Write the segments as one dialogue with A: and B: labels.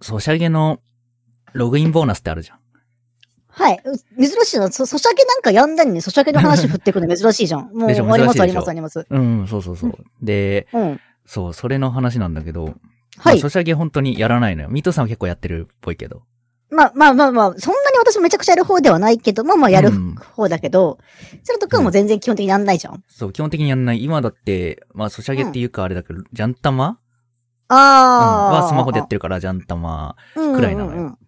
A: ソシャゲのログインボーナスってあるじゃん。
B: はい。う珍しいな。そ、ソシャゲなんかやんだにね、ソシャゲの話振ってくるの珍しいじゃん。もう、あ
A: でし
B: り
A: ょ
B: ま
A: 珍しいでしょ
B: す、あります、あります。
A: うん、うんそうそうそう。で、
B: うん。
A: そう、それの話なんだけど、
B: は
A: まあ
B: い
A: ソ。シャゲ本当にやらないのよ。ミートさんは結構やってるっぽいけど。
B: まあまあまあまあ、そんなに私もめちゃくちゃやる方ではないけど、まあまあやる
A: うん
B: 方だけど、それとくんも全然基本的にやんないじゃん。
A: そう、基本的にやんない。今だって、まあ、ソシャゲっていうかあれだけど、ジャンタマうん
B: ああ、
A: はスマホでやってるから、ジャンタマ。
B: る
A: くらいなのよ
B: よ。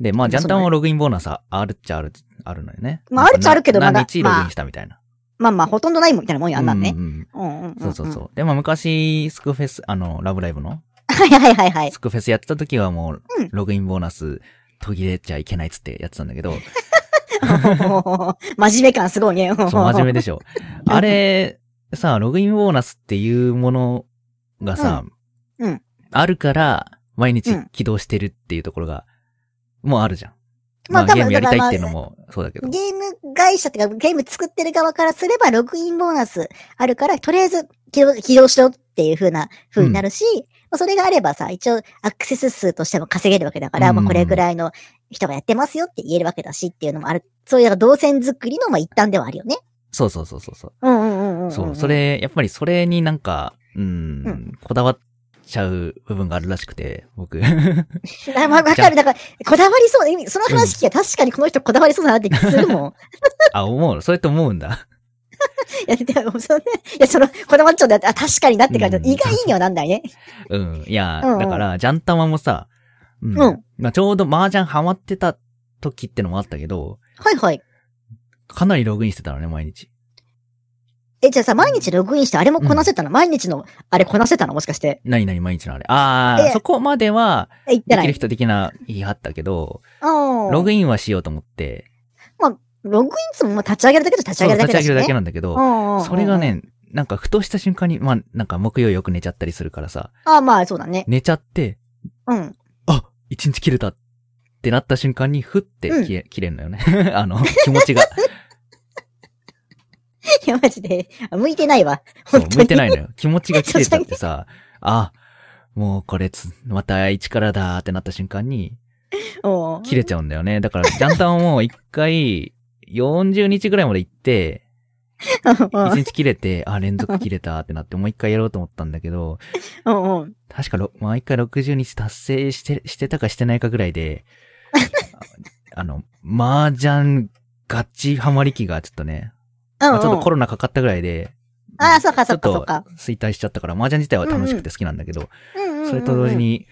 A: で、まあ、ジャンタ
B: そう
A: マ
B: ね
A: もログインボーナスああるっちゃある、あるのよね。
B: まああるっちゃあるけど
A: な
B: ま
A: ん
B: だ
A: か何日ログインしたみたいな。
B: まあまあ、ほとんどないもんみたいなもんやんなんね
A: う。んうん
B: うんうんんん
A: そうそうそう。で、まあ、昔、スクフェス、あの、ラブライブの、
B: はいはいはいはい。
A: スクフェスやってた時はもう
B: うん、
A: ログインボーナス途切れちゃいけないっつってやってたんだけ ど、
B: 真面目感すごいね。
A: そう、真面目でしょ。あれ、さ、ログインボーナスっていうものがさ、
B: うんうん
A: あるから、毎日
B: うん
A: 起動してるっていうところが、もうあるじゃん。ま
B: まあ
A: あ、
B: 多分
A: ゲームやりたいっていうのも、そうだけど。
B: ゲーム会社っていうか、ゲーム作ってる側からすれば、ログインボーナスあるから、とりあえず起動起動しろっていう風な風になるし、まあそれがあればさ、一応アクセス数としても稼げるわけだから、
A: うん
B: まあこれぐらいの人がやってますよって言えるわけだしっていうのもある。そういうなんか動線作りのまあ一端ではあるよね。
A: そうそうそうそうそう。
B: うんうんうんうん、うん。
A: そう、そ。れ、やっぱりそれになんか、うん、
B: う
A: こだわっちゃう部分があるらしくて、僕。
B: あまあ、わかる。だから、こだわりそう。意味その話聞きゃ確かにこの人こだわりそうだなって気す るもん。
A: あ、思うそれと思うんだ。
B: いや、でも、そのね、いや、その、こだわっちゃうんだって、あ、確かになって感じ、
A: うん
B: 意外にはなんないね。
A: うん。いや、
B: うんうん
A: だから、ジャンタマもさ、うん。
B: うん
A: まあ、ちょうど麻雀ハマってた時ってのもあったけど、
B: はいはい。
A: かなりログインしてたのね、毎日。
B: え、じゃあさ、毎日ログインして、あれもこなせたの、毎日の、あれこなせたのもしかして。
A: 何々毎日のあれ。あ
B: え
A: あ、そこまでは、
B: え言って
A: で
B: な
A: きる
B: い。
A: 人的な言い張ったけど、
B: ああ。
A: ログ
B: イン。
A: インはしようと思って、
B: ログインっつも、まあ、立ち上げるだけと立ち
A: そう
B: 上げるだ
A: 立
B: け
A: ち
B: だ
A: 上
B: し、
A: げ
B: ね。
A: るだけなんだけど、
B: うんうんうん
A: それが。ね、なんか、ふとした瞬間に、まあ、なんか、木曜よく寝ちゃったりするからさ、
B: ああ、まあ、そうだね。
A: 寝ちゃって、
B: うん。
A: あ一日切れたってなった瞬間に、ふって
B: うん
A: 消え、切れんのよね。 あの、気持ちが。
B: いや、マジで、あ向いてないわ。
A: そう
B: 本、当
A: 向い
B: に。
A: てないのよ。気持ちが切れちゃってさ、あ、もうこれつ、また一からだーってなった瞬間に、
B: お
A: 切れちゃうんだよね。だから、ジャンタンはもう一回、40日ぐらいまで行って、一日切れて、あ、連続切れたーってなって、もう一回やろうと思ったんだけど、
B: うんうん。
A: 確かろ、毎回60日達成して、してたかしてないかぐらい で、ああの、麻雀ガチハマり期がちょっとね、まあちょっとコ
B: ロ
A: ロナかかったぐらいで、
B: ああ、そうか、そうか、
A: ち
B: そ
A: ょ
B: う
A: っと
B: か。
A: 衰退しちゃったから、麻雀自体は楽しくて好きなんだけど、
B: うんうんうんうん
A: それと同時。に、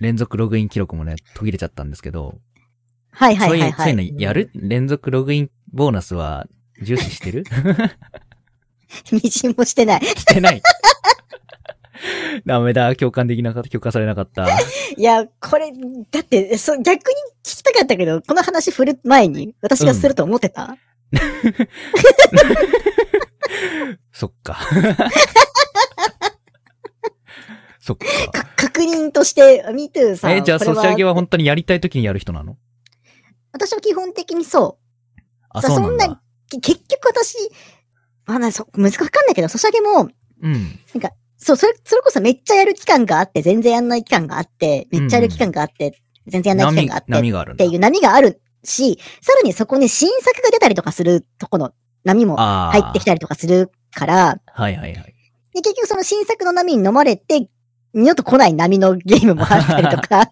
A: 連続ログイン記録もね、途切れちゃったんですけど、
B: はいはい
A: そう
B: はいい、
A: う、
B: は
A: そう
B: い。
A: いうのやる連続ログインボーナスは重視してる
B: みじんもしてない。
A: してない。ダメだ、共感できなかった、共感されなかった。
B: いや、これ、だって、そ逆に聞きたかったけど、この話振る前に、私がすると思ってた、
A: そっか。 そっか。
B: か確認として、ミトゥーさん。
A: え、じゃあ、
B: これ
A: ソシャゲは本当にやりたい時にやる人なの
B: 私は基本的にそ
A: あ、
B: さ
A: そうなん
B: そん
A: だ。
B: う。け結局私、まあな、そ、難しくわかんないけど、ソシャゲ
A: う
B: も、
A: ん。
B: そう、それ、それこそめっちゃやる期間があって、全然やんない期間があって、めっちゃやる期間があって、全然やんない期
A: 波
B: 間があって、
A: 波がある
B: っ
A: ん
B: て
A: だ。
B: いう波があるし、さらにそこに新作が出たりとかするとこの波も
A: ああ。
B: 入ってきたりとかするから、
A: はいはいはい。
B: で、結局その新作の波に飲まれて、二度と来ない波のゲームもあったりとか、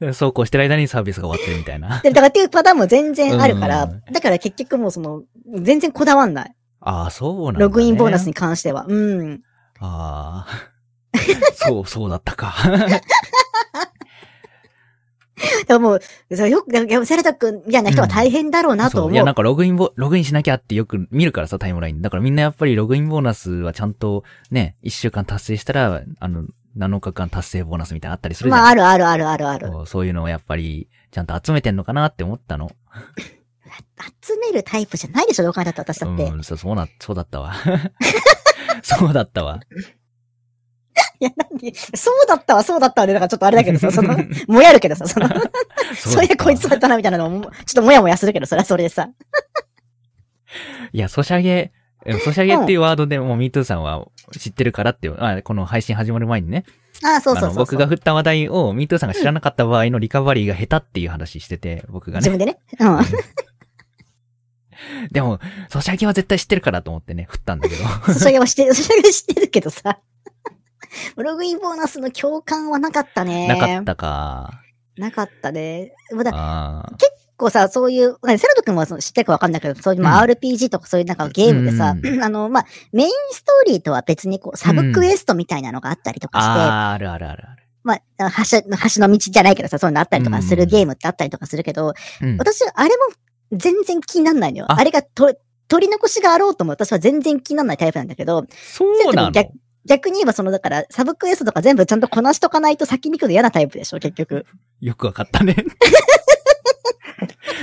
A: でそうこうしてる間にサービスが終わってるみたいな。
B: でだからっていうパターンも全然あるから、
A: うん
B: だから結局もうその、全然こだわんない。
A: ああ、そうなんだ、ね。
B: ログインボーナスに。関しては。うん。
A: ああ。 そう、そうだったか。
B: だからもう、それよく、いやセラタ君みたいな人は大変だろうなと
A: そ
B: 思う。
A: ういや、なんかログインボ、ログインしなきゃってよく見るからさ、タイムライン。だからみんなやっぱりログインボーナスはちゃんとね、1週間達成したら、あの、7日間達成ボーナスみたいなのあったりするじゃん。
B: まあ、あるあるあるあるある。
A: そうそういうのをやっぱり、ちゃんと集めてんのかなって思ったの。
B: 集めるタイプじゃないでしょ、どう考えたって私だって。
A: うん、そう、そうな、そうだったわ。 そうだったわ。
B: いや、なんで、そうだったわ、そうだったわで、だからちょっとあれだけど さ、その
A: そうだっ、
B: もやるけどさ、その、
A: たわ
B: それこいつだったな、みたいなのも、ちょっともやもやするけど、それはそれでさ。
A: いや、ソシャゲ、えソシャゲっていうワードでもう MeToo さんは知ってるからっていう、あこの配信始まる前にね、
B: ああ、そう
A: あ
B: そうそう
A: の
B: そう。
A: 僕が振った話題をミートゥーさんが知らなかった場合のリカバリーが下手っていう話してて、僕が
B: 自
A: ね。
B: 分でね。うん。
A: でも、ソシャゲは絶対知ってるからと思ってね、振ったん だけど。
B: ソシャゲは知ってる、ソシャゲは知ってるけどさ。 ログインボーナスの共感はなかったね。
A: なかっ。た か。
B: なかったね。もうだ結
A: あー
B: 構さ、そういう、セラト君はその知ってるかわかんないけど、そういう、まあ、
A: う
B: RPG とかそういうなんかゲームでさ、
A: うんう
B: あの、まあ、メインストーリーとは別にこう、サブクエストみたいなのがあったりとかして、
A: あー、あるあるあるある。
B: まあ、橋、橋の道じゃないけどさ、そういうのあったりとかす
A: う
B: る
A: ん
B: ゲームってあったりとかするけど、
A: うん。
B: 私、あれも全然気にならないのよ。あ
A: あ
B: れがと取り残しがあろうとも私は全然気にならないタイプなんだけど、
A: そうなの
B: セラト君逆に言えばその、だから、サブクエストとか全部ちゃんとこなしとかないと先に行くの嫌なタイプでしょ、結局。
A: よくわか ったね。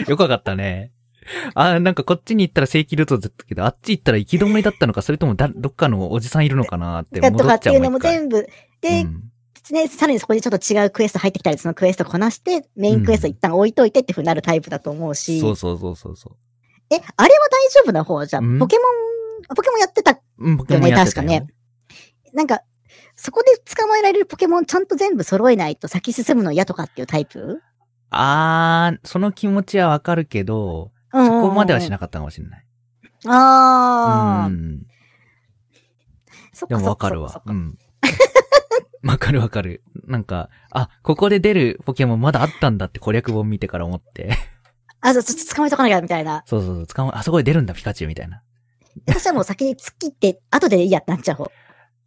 A: よくわかったね。あー、なんかこっちに行ったら正規ルートだったけど、あっち行ったら行き止まりだったのか、それともだどっかのおじさんいるのかなって戻
B: とか
A: っ
B: っ
A: ち
B: て
A: ゃ
B: いううのも
A: 一回
B: 全部。で、
A: うん
B: ね、さらにそこにちょっと違うクエスト入ってきたり、そのクエストこなして、メインクエスト一旦置いといてっていう風になるタイプだと思うし、
A: そうそうそうそうそう。
B: え、あれは大丈夫な方じゃ
A: うん
B: ん。ポケモン、ポケモンやってた、
A: うん、ポケモンやってたよ
B: よね確なんか、そこで捕まえられるポケモンちゃんと全部揃えないと先進むの嫌とかっていうタイプ
A: あー、その気持ちはわかるけど、
B: そ
A: そこまではし
B: い。
A: なかったかもしれない。
B: ああ、
A: うん。
B: そっ
A: で
B: かそっかそっか
A: もわかるわ。うん。 わかるわかる。なんか、あ、ここで出るポケモンまだあったんだって攻略本見てから思って。
B: あ、そう、ちょっと捕まえとかなきゃみたいな。
A: そうそうそう、捕まえあそこで出るんだ、ピカチュウみたいな。
B: 私はもう先に突っ切って、後でいいやってなっちゃう方。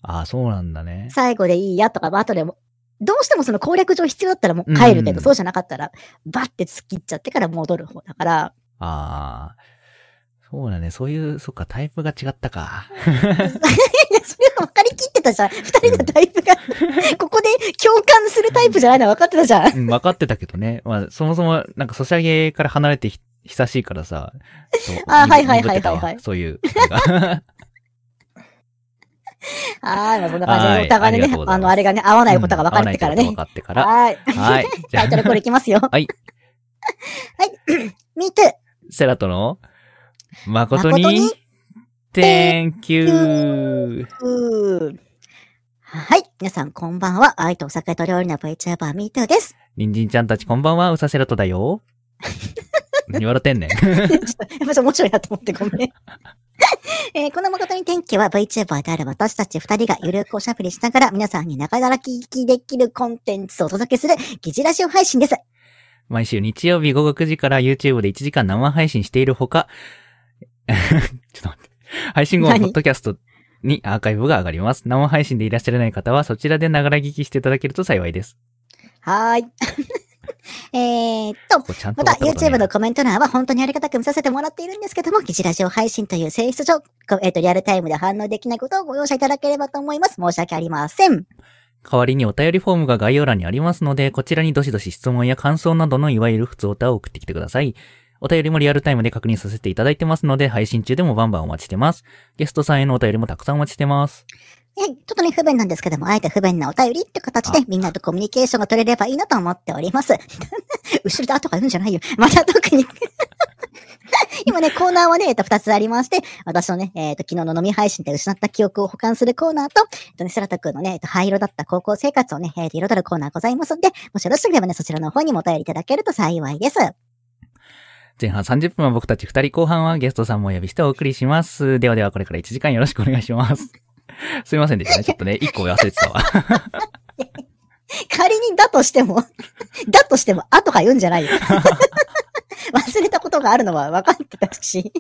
A: ああ、そうなんだね。
B: 最後でいいやとか、まあ、後でも、どうしてもその攻略上必要だったらもう帰るけ
A: うんうん
B: ど、そうじゃなかったら、バッて突っ切っちゃってから戻る方だから、
A: ああ。そうだね。そういう、そっか、タイプが違ったか。
B: いや、それは分かりきってたじゃん。二人のタイプが、ここで共感するタイプじゃないのは分かってたじゃん。
A: うん、分かってたけどね。 まあ、そもそも、なんか、ソシャゲから離れてひ久しいからさ。そう
B: あー
A: 鈍
B: はいはいはいはいは
A: 鈍
B: い
A: ってたわそういうのが。
B: はい、まあそんな感じ
A: は
B: で、
A: い
B: お互い
A: あり
B: に
A: が
B: ね
A: とうご、ざいます
B: あの、あれがね、合わないことが分
A: 分
B: かってから
A: 分
B: ね。
A: かってから。
B: はい。
A: はい。じ
B: タ
A: ゃ
B: イトル
A: あ、
B: これいきますよ。
A: はい。
B: Me too!
A: セラトの、誠に、
B: 誠に
A: Thank you!
B: うーはい。皆さん、こんばんは。愛とお酒と料理の VTuber、Me too です。
A: 人参ちゃんたちこんばんは、うさセラトだ よ。何笑ってんねん。
B: やっぱり面白いなと思ってごめん。 えーこの誠に天気は VTuber である私たち二人がゆるくおしゃべりしながら皆さんに長らき聞きできるコンテンツをお届けする疑似ラジオ配信です。
A: 毎週日曜日午後9時から YouTube で1時間生配信しているほか、 ちょっと待って。配信後もポ
B: 何
A: ッドキャストにアーカイブが上がります。生配信でいらっしゃらない方はそちらでながら聞きしていただけると幸いです。
B: はーい。 えーっと、
A: こうちゃんと
B: また
A: 終わったことね
B: YouTube のコメント欄は本当にありがたく見させてもらっているんですけども、記事ラジオ配信という性質上、こえーっと、リアルタイムで反応できないことをご容赦いただければと思います。申し訳ありません。
A: 代わりにお便りフォームが概要欄にありますので、こちらにどしどし質問や感想などのいわゆる普通オタを送ってきてください。お便りもリアルタイムで確認させていただいてますので、配信中でもバンバンお待ちしてます。ゲストさんへのお便りもたくさんお待ちしてます。
B: え、ちょっとね、不便なんですけども、あえて不便なお便りって形で、みんなとコミュニケーションが取れればいいなと思っております。 後ろで後が言うんじゃないよ。 また特に。今ね、コーナーはね、えっと、二つありまして、私のね、えっと、昨日の飲み配信で失った記憶を保管するコーナーと、えっとね、セラタ君のね、えっと、灰色だった高校生活をね、えっと、彩るコーナーございますんで、もしよろしければね、そちらの方にもお便りいただけると幸いです。
A: 前半30分は僕たち2人、後半はゲストさんもお呼びしてお送りします。ではではこれから1時間よろしくお願いします。 すいませんでしたね。ちょっとね、1個忘れてたわ。
B: 仮にだとしても、 だとしても、あとか言うんじゃないよ。 忘れたことがあるのは分かってたし。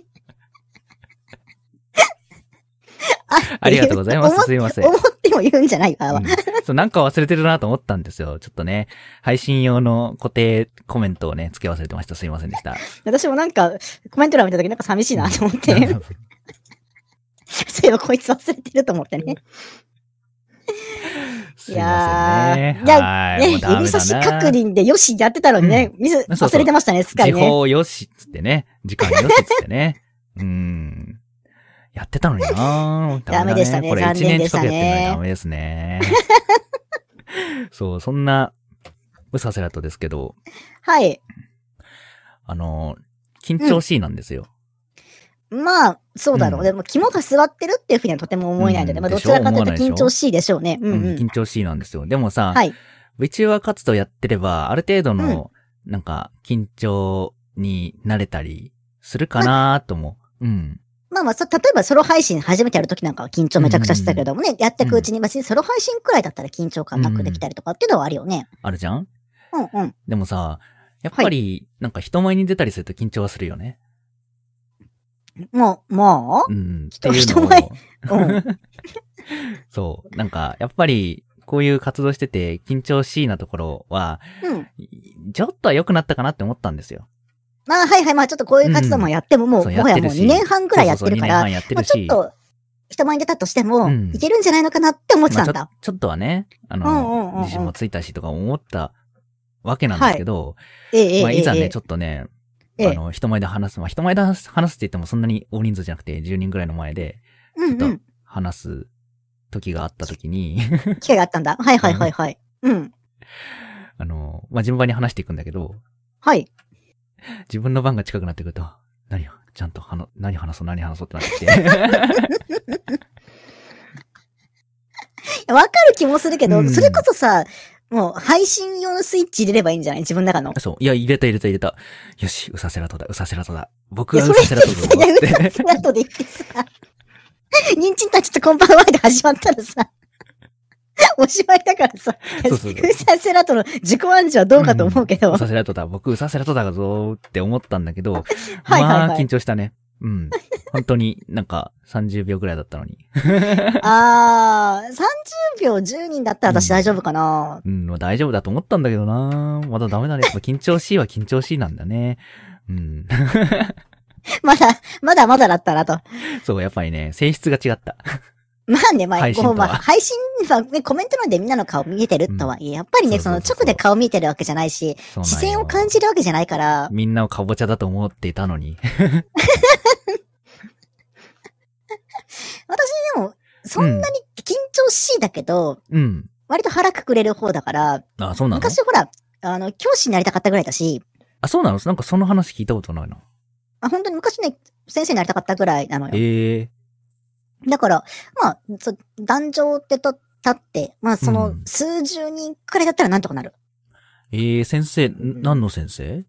A: ありがとうございます。すいません。
B: 思っても言うんじゃないよ。あ
A: う
B: わ
A: んそう、なんか忘れてるなと思ったんですよ。ちょっとね、配信用の固定コメントをね、付け忘れてました。すいませんでした。
B: 私もなんか、コメント欄見た時なんか寂しいなと思って。 そういえばこいつ忘れてると思ってね。
A: すいませんね。
B: いやーじゃ
A: は
B: ね
A: い。もうダメだな
B: 指差し確認でよしやってたのにね、ミス、
A: そうそう
B: 忘れてましたね、すっか
A: 時
B: りね。
A: 報よしっつってね。時間よしっつってね。 うん。やってたのにな
B: ダメでしたね
A: これ
B: 残
A: 1
B: 念
A: 年
B: でし
A: 近
B: た
A: く
B: ね
A: やってるのにダメです ね。そう、そんな、うさせらとですけど、
B: はい。
A: あの、緊張しいなんですよ。
B: まあ、そうだろう。
A: うん
B: でも、肝が座ってるっていうふうにはとても思えないの
A: う
B: で、
A: ん
B: まあ、ど
A: でし
B: ち
A: ょ
B: らかという
A: 思
B: と
A: わないでし
B: 緊
A: ょ
B: 張しいでしょうね。うん
A: うん
B: うん。
A: 緊張しいなんですよ。でもさ、
B: はい。
A: VTuber 活動やってれば、ある程度の、なんか、緊張になれたりするかなと思う。うん。
B: まあまあ、そ例えばソロ配信初めてやるときなんかは緊張めちゃくちゃしてたけどもね、やってくうちに別にソロ配信くらいだったら緊張感なくできたりとかっていうのはあるよね。
A: あるじゃん
B: うんうん。
A: でもさ、やっぱり、なんか人前に出たりすると緊張はするよね。
B: もう、も
A: うん。
B: 人
A: っていうのを
B: 人前う、 うん、
A: そう。なんか、やっぱり、こういう活動してて緊張しいなところは、
B: うん。
A: ちょっとは良くなったかなって思ったんですよ。
B: まあ、はいはい、まあちょっとこういう活動もやっても、もう、
A: そう
B: もはやも
A: やっ
B: う
A: てるし
B: 2年半くらいやってるから、
A: そうそうそう2年半やって
B: まあ
A: る
B: ちょっ
A: し。
B: と、人前に出たとしても、
A: うん
B: いけるんじゃないのかなって思って
A: ま
B: た
A: あ
B: ん
A: ちょ
B: だ。
A: ちょっとはね、あ
B: うんうんうんうん
A: の、自信もついたしとか思ったわけなんですけど、
B: ええええ
A: まあ、いざ
B: え
A: ね、
B: え
A: ちょっとね、
B: ええ
A: あの、人前で話す。まあ、人前で話す話すって言ってもそんなに大人数じゃなくて10人ぐらいの前で
B: うんうん。
A: 話す時があった時に、
B: 機会があったんだ。はいはいはいはい。うん。
A: あの、まあ、順番に話していくんだけど、
B: はい。
A: 自分の番が近くなってくると、何を、ちゃんと話、何話そう、何話そうってなっ てきて。
B: わかる気もするけど、
A: うん
B: それこそさ、もう配信用のスイッチ入れればいいんじゃない自分の中の。
A: そう。いや、入れた入れた入れた。よし、ウサセラトだ、ウサセラトだ。僕は
B: い
A: ウ
B: や
A: サ
B: それ
A: セラトだぞ。
B: いや、
A: つって
B: うさ後で言ってさ、ニンチンたちとこんばんはで始まったらさ、おしまいだからさ、
A: そうそうそう
B: ふさせらとの自己暗示はどうかと思うけ
A: ん
B: ど、
A: ウサセラトだ、僕ウサセラトだぞーって思ったんだけど、
B: はいはいはい
A: まあ、緊張したね。うん。本当になんか30秒ぐらいだったのに。
B: あー、30秒10人だったら私大丈夫かな、
A: うん、まあ大丈夫だと思ったんだけどなまだダメだね。やっぱ緊張しいは緊張しいなんだね。うん。
B: まだ、まだまだだったなと。
A: そう、やっぱりね、性質が違った。
B: まあね、まあ、
A: 配信
B: こう
A: と
B: まあ
A: は
B: 配信は、ね、コメントなんでみんなの顔見えてるとはいえ、やっぱりね、そ
A: そう
B: の
A: そうそうそう
B: 直で顔見てるわけじゃないし、
A: そうなんよ
B: 視線を感じるわけじゃないから、
A: みんなをカボチャだと思っていたのに。
B: でも、そんなに緊張しいだけど、
A: うん。
B: 割と腹くくれる方だから、
A: あ、そうなの
B: 昔ほら、あの、教師になりたかったぐらいだし、
A: あ、そうなのなんかその話聞いたことないな。
B: あ本当に昔ね、先生になりたかったぐらいなのよ。
A: ええ
B: だから、まあ、そ壇上ってと、立って、まあそうの
A: ん、
B: 数十人くらいだったらなんとかなる。
A: ええ先生、ん何の先生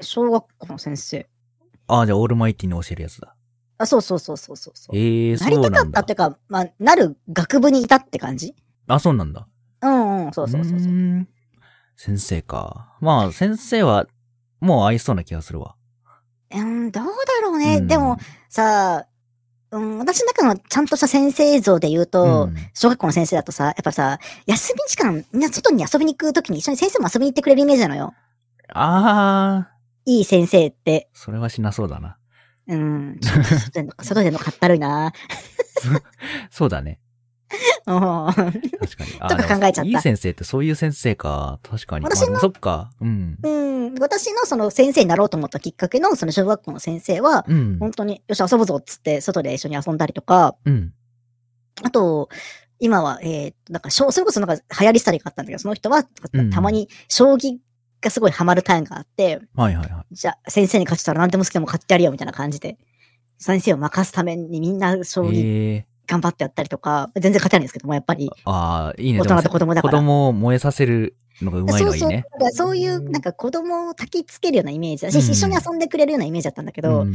B: 小学校の先生。
A: あ、じゃあオールマイティに教えるやつだ。
B: あ、そうそうそうそうそうそう。
A: ええ
B: な
A: そ
B: り
A: う
B: たか
A: な
B: っ
A: んだ
B: たって。いうか、まあ、なる学部にいたって感じ
A: あ、そうなんだ。
B: うんうん、そうそうそうそう
A: ーん先生か。まあ、先生は、もう合いそうな気がするわ。
B: うん、どうだろうね。
A: うん
B: でも、、さあ、うん、私の中のちゃんとした先生像で言うと、
A: うん
B: 小学校の先生だとさ、やっぱさ、休み時間、みんな外に遊びに行くときに一緒に先生も遊びに行ってくれるイメージなのよ。
A: あー、
B: いい先生って。
A: それはしなそうだな。
B: うん。ちょっと外での外でのかったるいな。
A: そうだね。
B: うん
A: 確かに。
B: とか
A: あー
B: 考え ちゃ
A: で
B: った
A: もいい先生ってそういう先生か。確かに。
B: 私
A: あでもそっか。うん。
B: うん。私のその先生になろうと思ったきっかけのその小学校の先生は、
A: うん。
B: 本当に、よし、遊ぶぞっつって、外で一緒に遊んだりとか、
A: うん。
B: あと、今は、えー、なんか、しょそれこそなんか流行りしたりがあったんだけど、その人は、た
A: うん
B: たまに将棋がすごいハマるターンがあって、
A: はいはいはい。
B: じゃあ、先生に勝ちたら何でも好きでも買ってやるよ、みたいな感じで。先生を任すためにみんな将棋
A: ええ
B: 頑張ってやったりとか、全然勝てないんですけども、やっぱり。
A: あー、いいね。
B: 大人と子供だから
A: でも子供を燃えさせるのがうまい
B: そ
A: の
B: う
A: いい
B: そう。
A: ね
B: だ。からそういう、なんか子供を焚きつけるようなイメージだし、
A: うん
B: 一緒に遊んでくれるようなイメージだったんだけど、
A: うん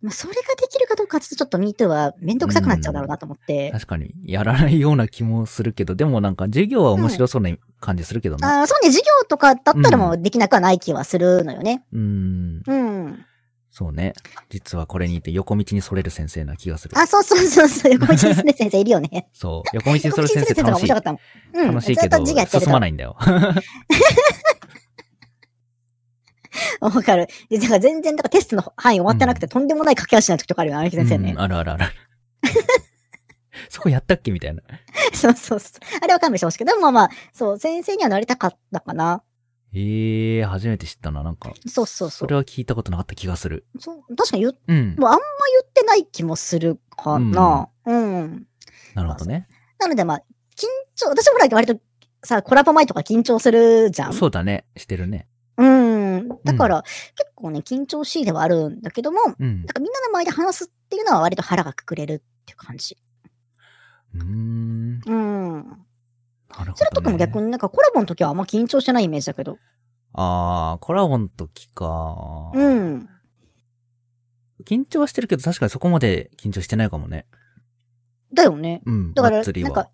B: まあ、それができるかどうかちょっとちょっと MeToo はめんどくさくなっちゃうだろうなと思って。
A: 確かに。やらないような気もするけど、でもなんか授業は面白そうな感じするけどな。
B: あーそうね、授業とかだったらもうできなくはない気はするのよね。
A: うん。
B: うん。
A: そうね。実はこれにて横道にそれる先生な気がする。
B: あ、そうそうそ うそう、横道に住んでる先生いるよね。
A: そう。横道にそれる先生
B: 横
A: 楽
B: 道に
A: しい
B: 住んでる先生が面白か。ったもん。うん、
A: 楽しいけ
B: ずっ
A: ど
B: と、授業やってる
A: 進
B: と
A: まないんだよ。
B: わかる。で、だから全然、だからテストの範囲終わってなくて、とんでもない駆け足な時とかあるよね、荒木先生ね
A: うん。あるあるあ る。そこやったっけみたいな。
B: そうそうそう。あれは勘弁してほしいけど、でもまあまあ、そう、先生にはなりたかったかな。
A: ええー、初めて知ったな。なんか、
B: そうそうそ。
A: そうれは聞いたことなかった気がする。
B: そう確かに言っ
A: うん。
B: もうあんま言ってない気もするかな。うん。
A: なるほどね。
B: なのでまあ、緊張、私もほら割とさ、コラボ前とか緊張するじゃん。
A: そうだね。してるね。
B: うん。だから、結構ね、緊張しいではあるんだけども、なん
A: うん。
B: かみんなの前で話すっていうのは割と腹がくくれるっていう感じ。
A: うーん。な
B: うん。
A: るほど、ね。
B: それとかも逆になんかコラボの時はあんま緊張してないイメージだけど。
A: あー、コラボの時か。
B: うん。
A: 緊張はしてるけど、確かにそこまで緊張してないかもね。
B: だよね。
A: うん。
B: だから、
A: がっつり
B: なん
A: は
B: か。、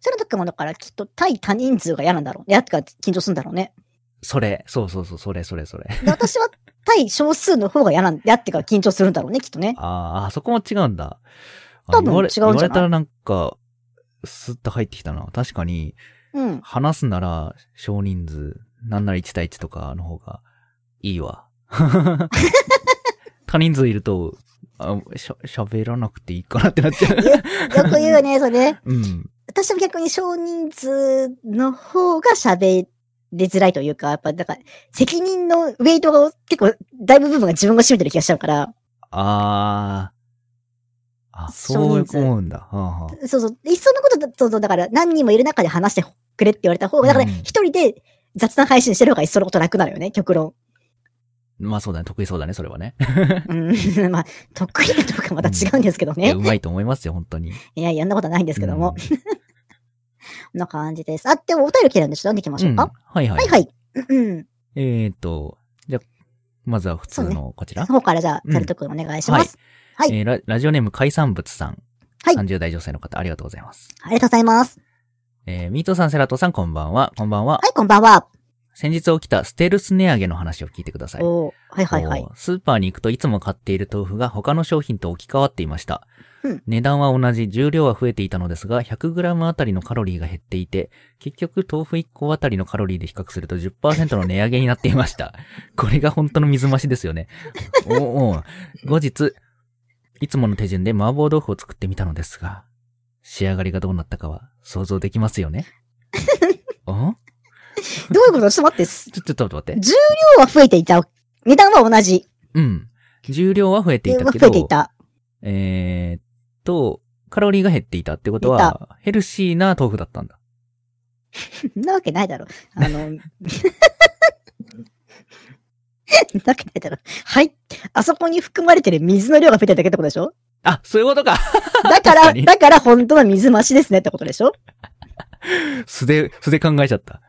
B: それの時もだからきっと対他人数が嫌なんだろう。嫌とか緊張するんだろうね。
A: それ、そうそうそう、それ、それ、それ。
B: で、私は対少数の方が嫌なんだってから緊張するんだろうね、きっとね。
A: あーあ、そこも違うんだ。あ
B: 多分
A: 言われ
B: 違うんじゃない
A: 言われたらなんか、スッと入ってきたな。確かに、
B: うん。
A: 話すなら少人数、なんなら1対1とかの方がいいわ。 他人数いると、あしゃ、喋らなくていいかなってなっちゃう。
B: よく言うね、それ。
A: うん。
B: 私も逆に少人数の方が喋りづらいというか、やっぱ、だから、責任のウェイトが結構、大部分が自分が占めてる気がしちゃうから、
A: ああ。あ、そ
B: 少
A: う
B: 人数
A: 思うんだ。はあはあ
B: そうそう、いっそのことだと、そうだから、何人もいる中で話してくれって言われた方が、だから、
A: うん
B: 一人で雑談配信してる方がいっそのこと楽なのよね、極 論。
A: まあそうだね。得意そうだね、それはね。
B: うん、まあ、得意かどうかまた違うんですけど
A: いや
B: ね
A: う。まいと思いますよ、本当に。で
B: いやいや、そんなことはないんですけども。。こんな感じです。あ、でもお便り来てるんで、ちょっと読んでいきまし
A: う、
B: ょうんか。
A: はいは。
B: はいいはい。うんうん。
A: えっと、じゃあ、まずは普通
B: そう
A: のこちら。
B: そこからじゃあ、
A: うん
B: タルト君お願いします。はい
A: えーララジオネーム海産物さん。
B: はい
A: 30代女性の方、ありがとうございます。
B: ありがとうございます。
A: えーミートさん、セラトさん、こんばんは。こんばんは。
B: はい、こんばんは。
A: 先日起きたステルス値上げの話を聞いてください。
B: おーはいはいはい
A: こ。うスーパーに行くといつも買っている豆腐が他の商品と置き換わっていました。
B: うん
A: 値段は同じ、重量は増えていたのですが、100g あたりのカロリーが減っていて、結局豆腐1個あたりのカロリーで比較すると10%の値上げになっていま した。これが本当の水増しですよね。おうおう後日、いつもの手順で麻婆豆腐を作ってみたのですが、仕上がりがどうなったかは想像できますよ ね。お
B: どういうことちょっと待って。す
A: ちょ、ちょっと待って。
B: 重量は増えていた。値段は同じ。
A: うん。重量は増えてい
B: で
A: た
B: は
A: け
B: 増
A: ど、
B: えていた。
A: えーっと、カロリーが減っていたってこと
B: 減っ
A: は、ヘルシーな豆腐だったんだ。
B: そんなわけないだろ。あの、そ んなわけないだろ。はい。あそこに含まれてる水の量が増えてるだけってことでしょ
A: あ、そういうことか
B: だ
A: 確
B: か、
A: からに
B: だから本当は水増しですねってことでしょ
A: 素で、素で考えちゃ った。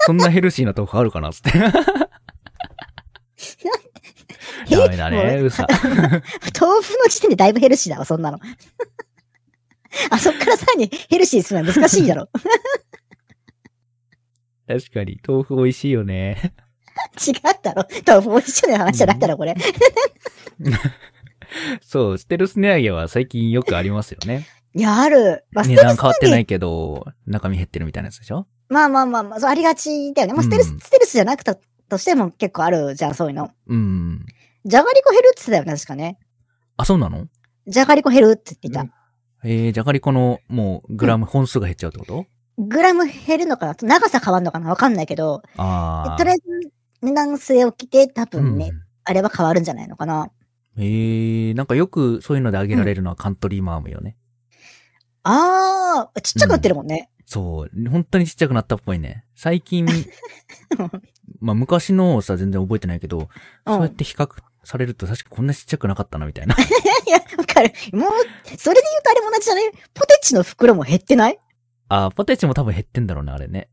A: そんなヘルシーな豆腐あるかなつって。 ダメだ ね、
B: もう
A: うさ。
B: 豆腐の時点でだいぶヘルシーだわ、そんなの。あそこからさらにヘルシーにするのは難しいだろ。
A: 確かに、豆腐美味しいよね。
B: 違うだろ。豆腐も一緒の話じゃないだろ、これ。
A: そう、ステルス値上げは最近よくありますよね。
B: いや、ある。まあ、ス
A: 値
B: テル
A: 段
B: ス
A: 変わってないけど、中身減ってるみたいなやつでしょ
B: まあまあまあまあ、そうありがちだよね。まあ、ステルス、
A: うん
B: ステルスじゃなくたとしても結構あるじゃん、そういうの。
A: うん。
B: じゃがりこ減るって言ってたよね、確かね。
A: あ、そうなの
B: じゃがりこ減るって言ってた。
A: えー、じゃがりこの、もう、グラム、本数が減っちゃうってこと
B: グラム減るのかな長さ変わるのかなわかんないけど、
A: ああ。
B: とりあえず値段据え置きで多分ね、
A: うん
B: あれは変わるんじゃないのかな。
A: ええなんかよくそういうのであげられるのはカントリーマームよね。
B: あー、ちっちゃくなってるもんね。
A: そう。本当にちっちゃくなったっぽいね。最 近、まあ昔のをさ、全然覚えてないけど、
B: うん。
A: そうやって比較されると確かこんなちっちゃくなかったな、み たいな。
B: いや、わかる。もう、それで言うとあれも同じじゃないポテチの袋も減ってない
A: あー、ポテチも多分減ってんだろうね、あれね。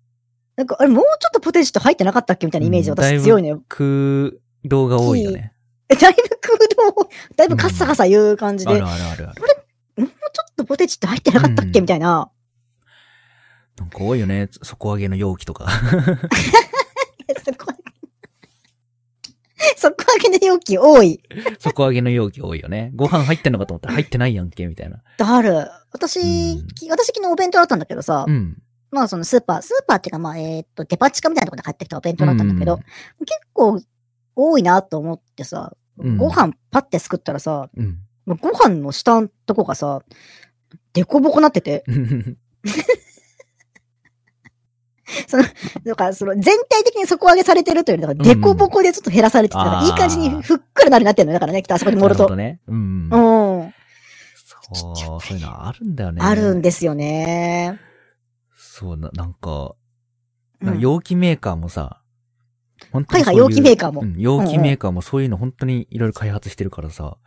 B: なんか、あれもうちょっとポテチと入ってなかったっけみたいなイメージ
A: うんだい
B: 私
A: ぶ
B: 強いのよ。
A: 食う動画多いよね。
B: えだいぶ空洞を、だいぶカッサカサいう感じ
A: あ
B: で、
A: る
B: もう
A: あるあるある。
B: ちょっとポテチって入ってなかったっ
A: う
B: け
A: ん
B: みたいな。
A: なんか多いよね、底上げの容器と か。
B: えそこ、 そこ上げの容器多い。
A: 底上げの容器多いよね。ご飯入ってんのかと思ったら入ってないやんけ、みたいな。
B: ある。私、
A: うん
B: き私昨日お弁当だったんだけどさ、
A: うん。
B: まあそのスーパー、スーパーっていうかまあえーっとデパ地下みたいなところで買ってきたお弁当だったんだけど、
A: うん
B: 結構多いなと思ってさ、
A: うん
B: ご飯パッてすくったらさ、
A: うん。
B: もうご飯の下のとこがさ、でこぼこなってて、だからその全体的に底上げされてるというより、だからでこぼこでちょっと減らされてて、
A: うん
B: だからいい感じ
A: あー
B: にふっくらなるようになってるのよだからね、きっとあそこに
A: な
B: 盛
A: る
B: る
A: ほ
B: と。
A: どね。うん。
B: うん。
A: そう、そういうのあるんだよね。
B: あるんですよね。
A: そうな、なんか、
B: うん
A: 容器メーカーもさ、本当
B: は
A: に
B: いはい、
A: そう
B: 容器メーカーも。
A: うん、容器メーカーもそういうの本当にいろいろ開発してるからさ。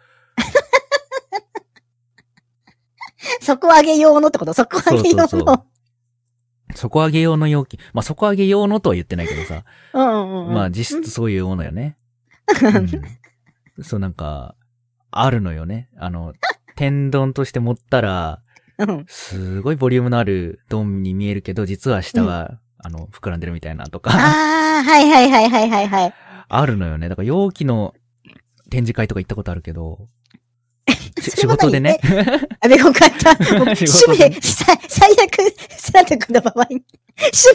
B: 底上げ用のってこと底
A: そう
B: 上げ用
A: そ
B: の。
A: うそう。底上げ用の容器。まあ、底上げ用のとは言ってないけどさ。
B: うんうんうん。
A: まあ、実質そういうものよね。うんそう、なんか、あるのよね。あの、天丼として盛ったら、
B: うん
A: すごいボリュームのある丼に見えるけど、実は下は、あの、膨らんでるみたいなとか、
B: ああ、はいはいはいはいはいはい。
A: あるのよね。だから、容器の展示会とか行ったことあるけ ど、し
B: それ
A: 仕
B: まだ
A: 事で ね。
B: あ、で、よかった。僕趣
A: 仕事
B: 味
A: で
B: で、さ最悪、サラタ君の場合、趣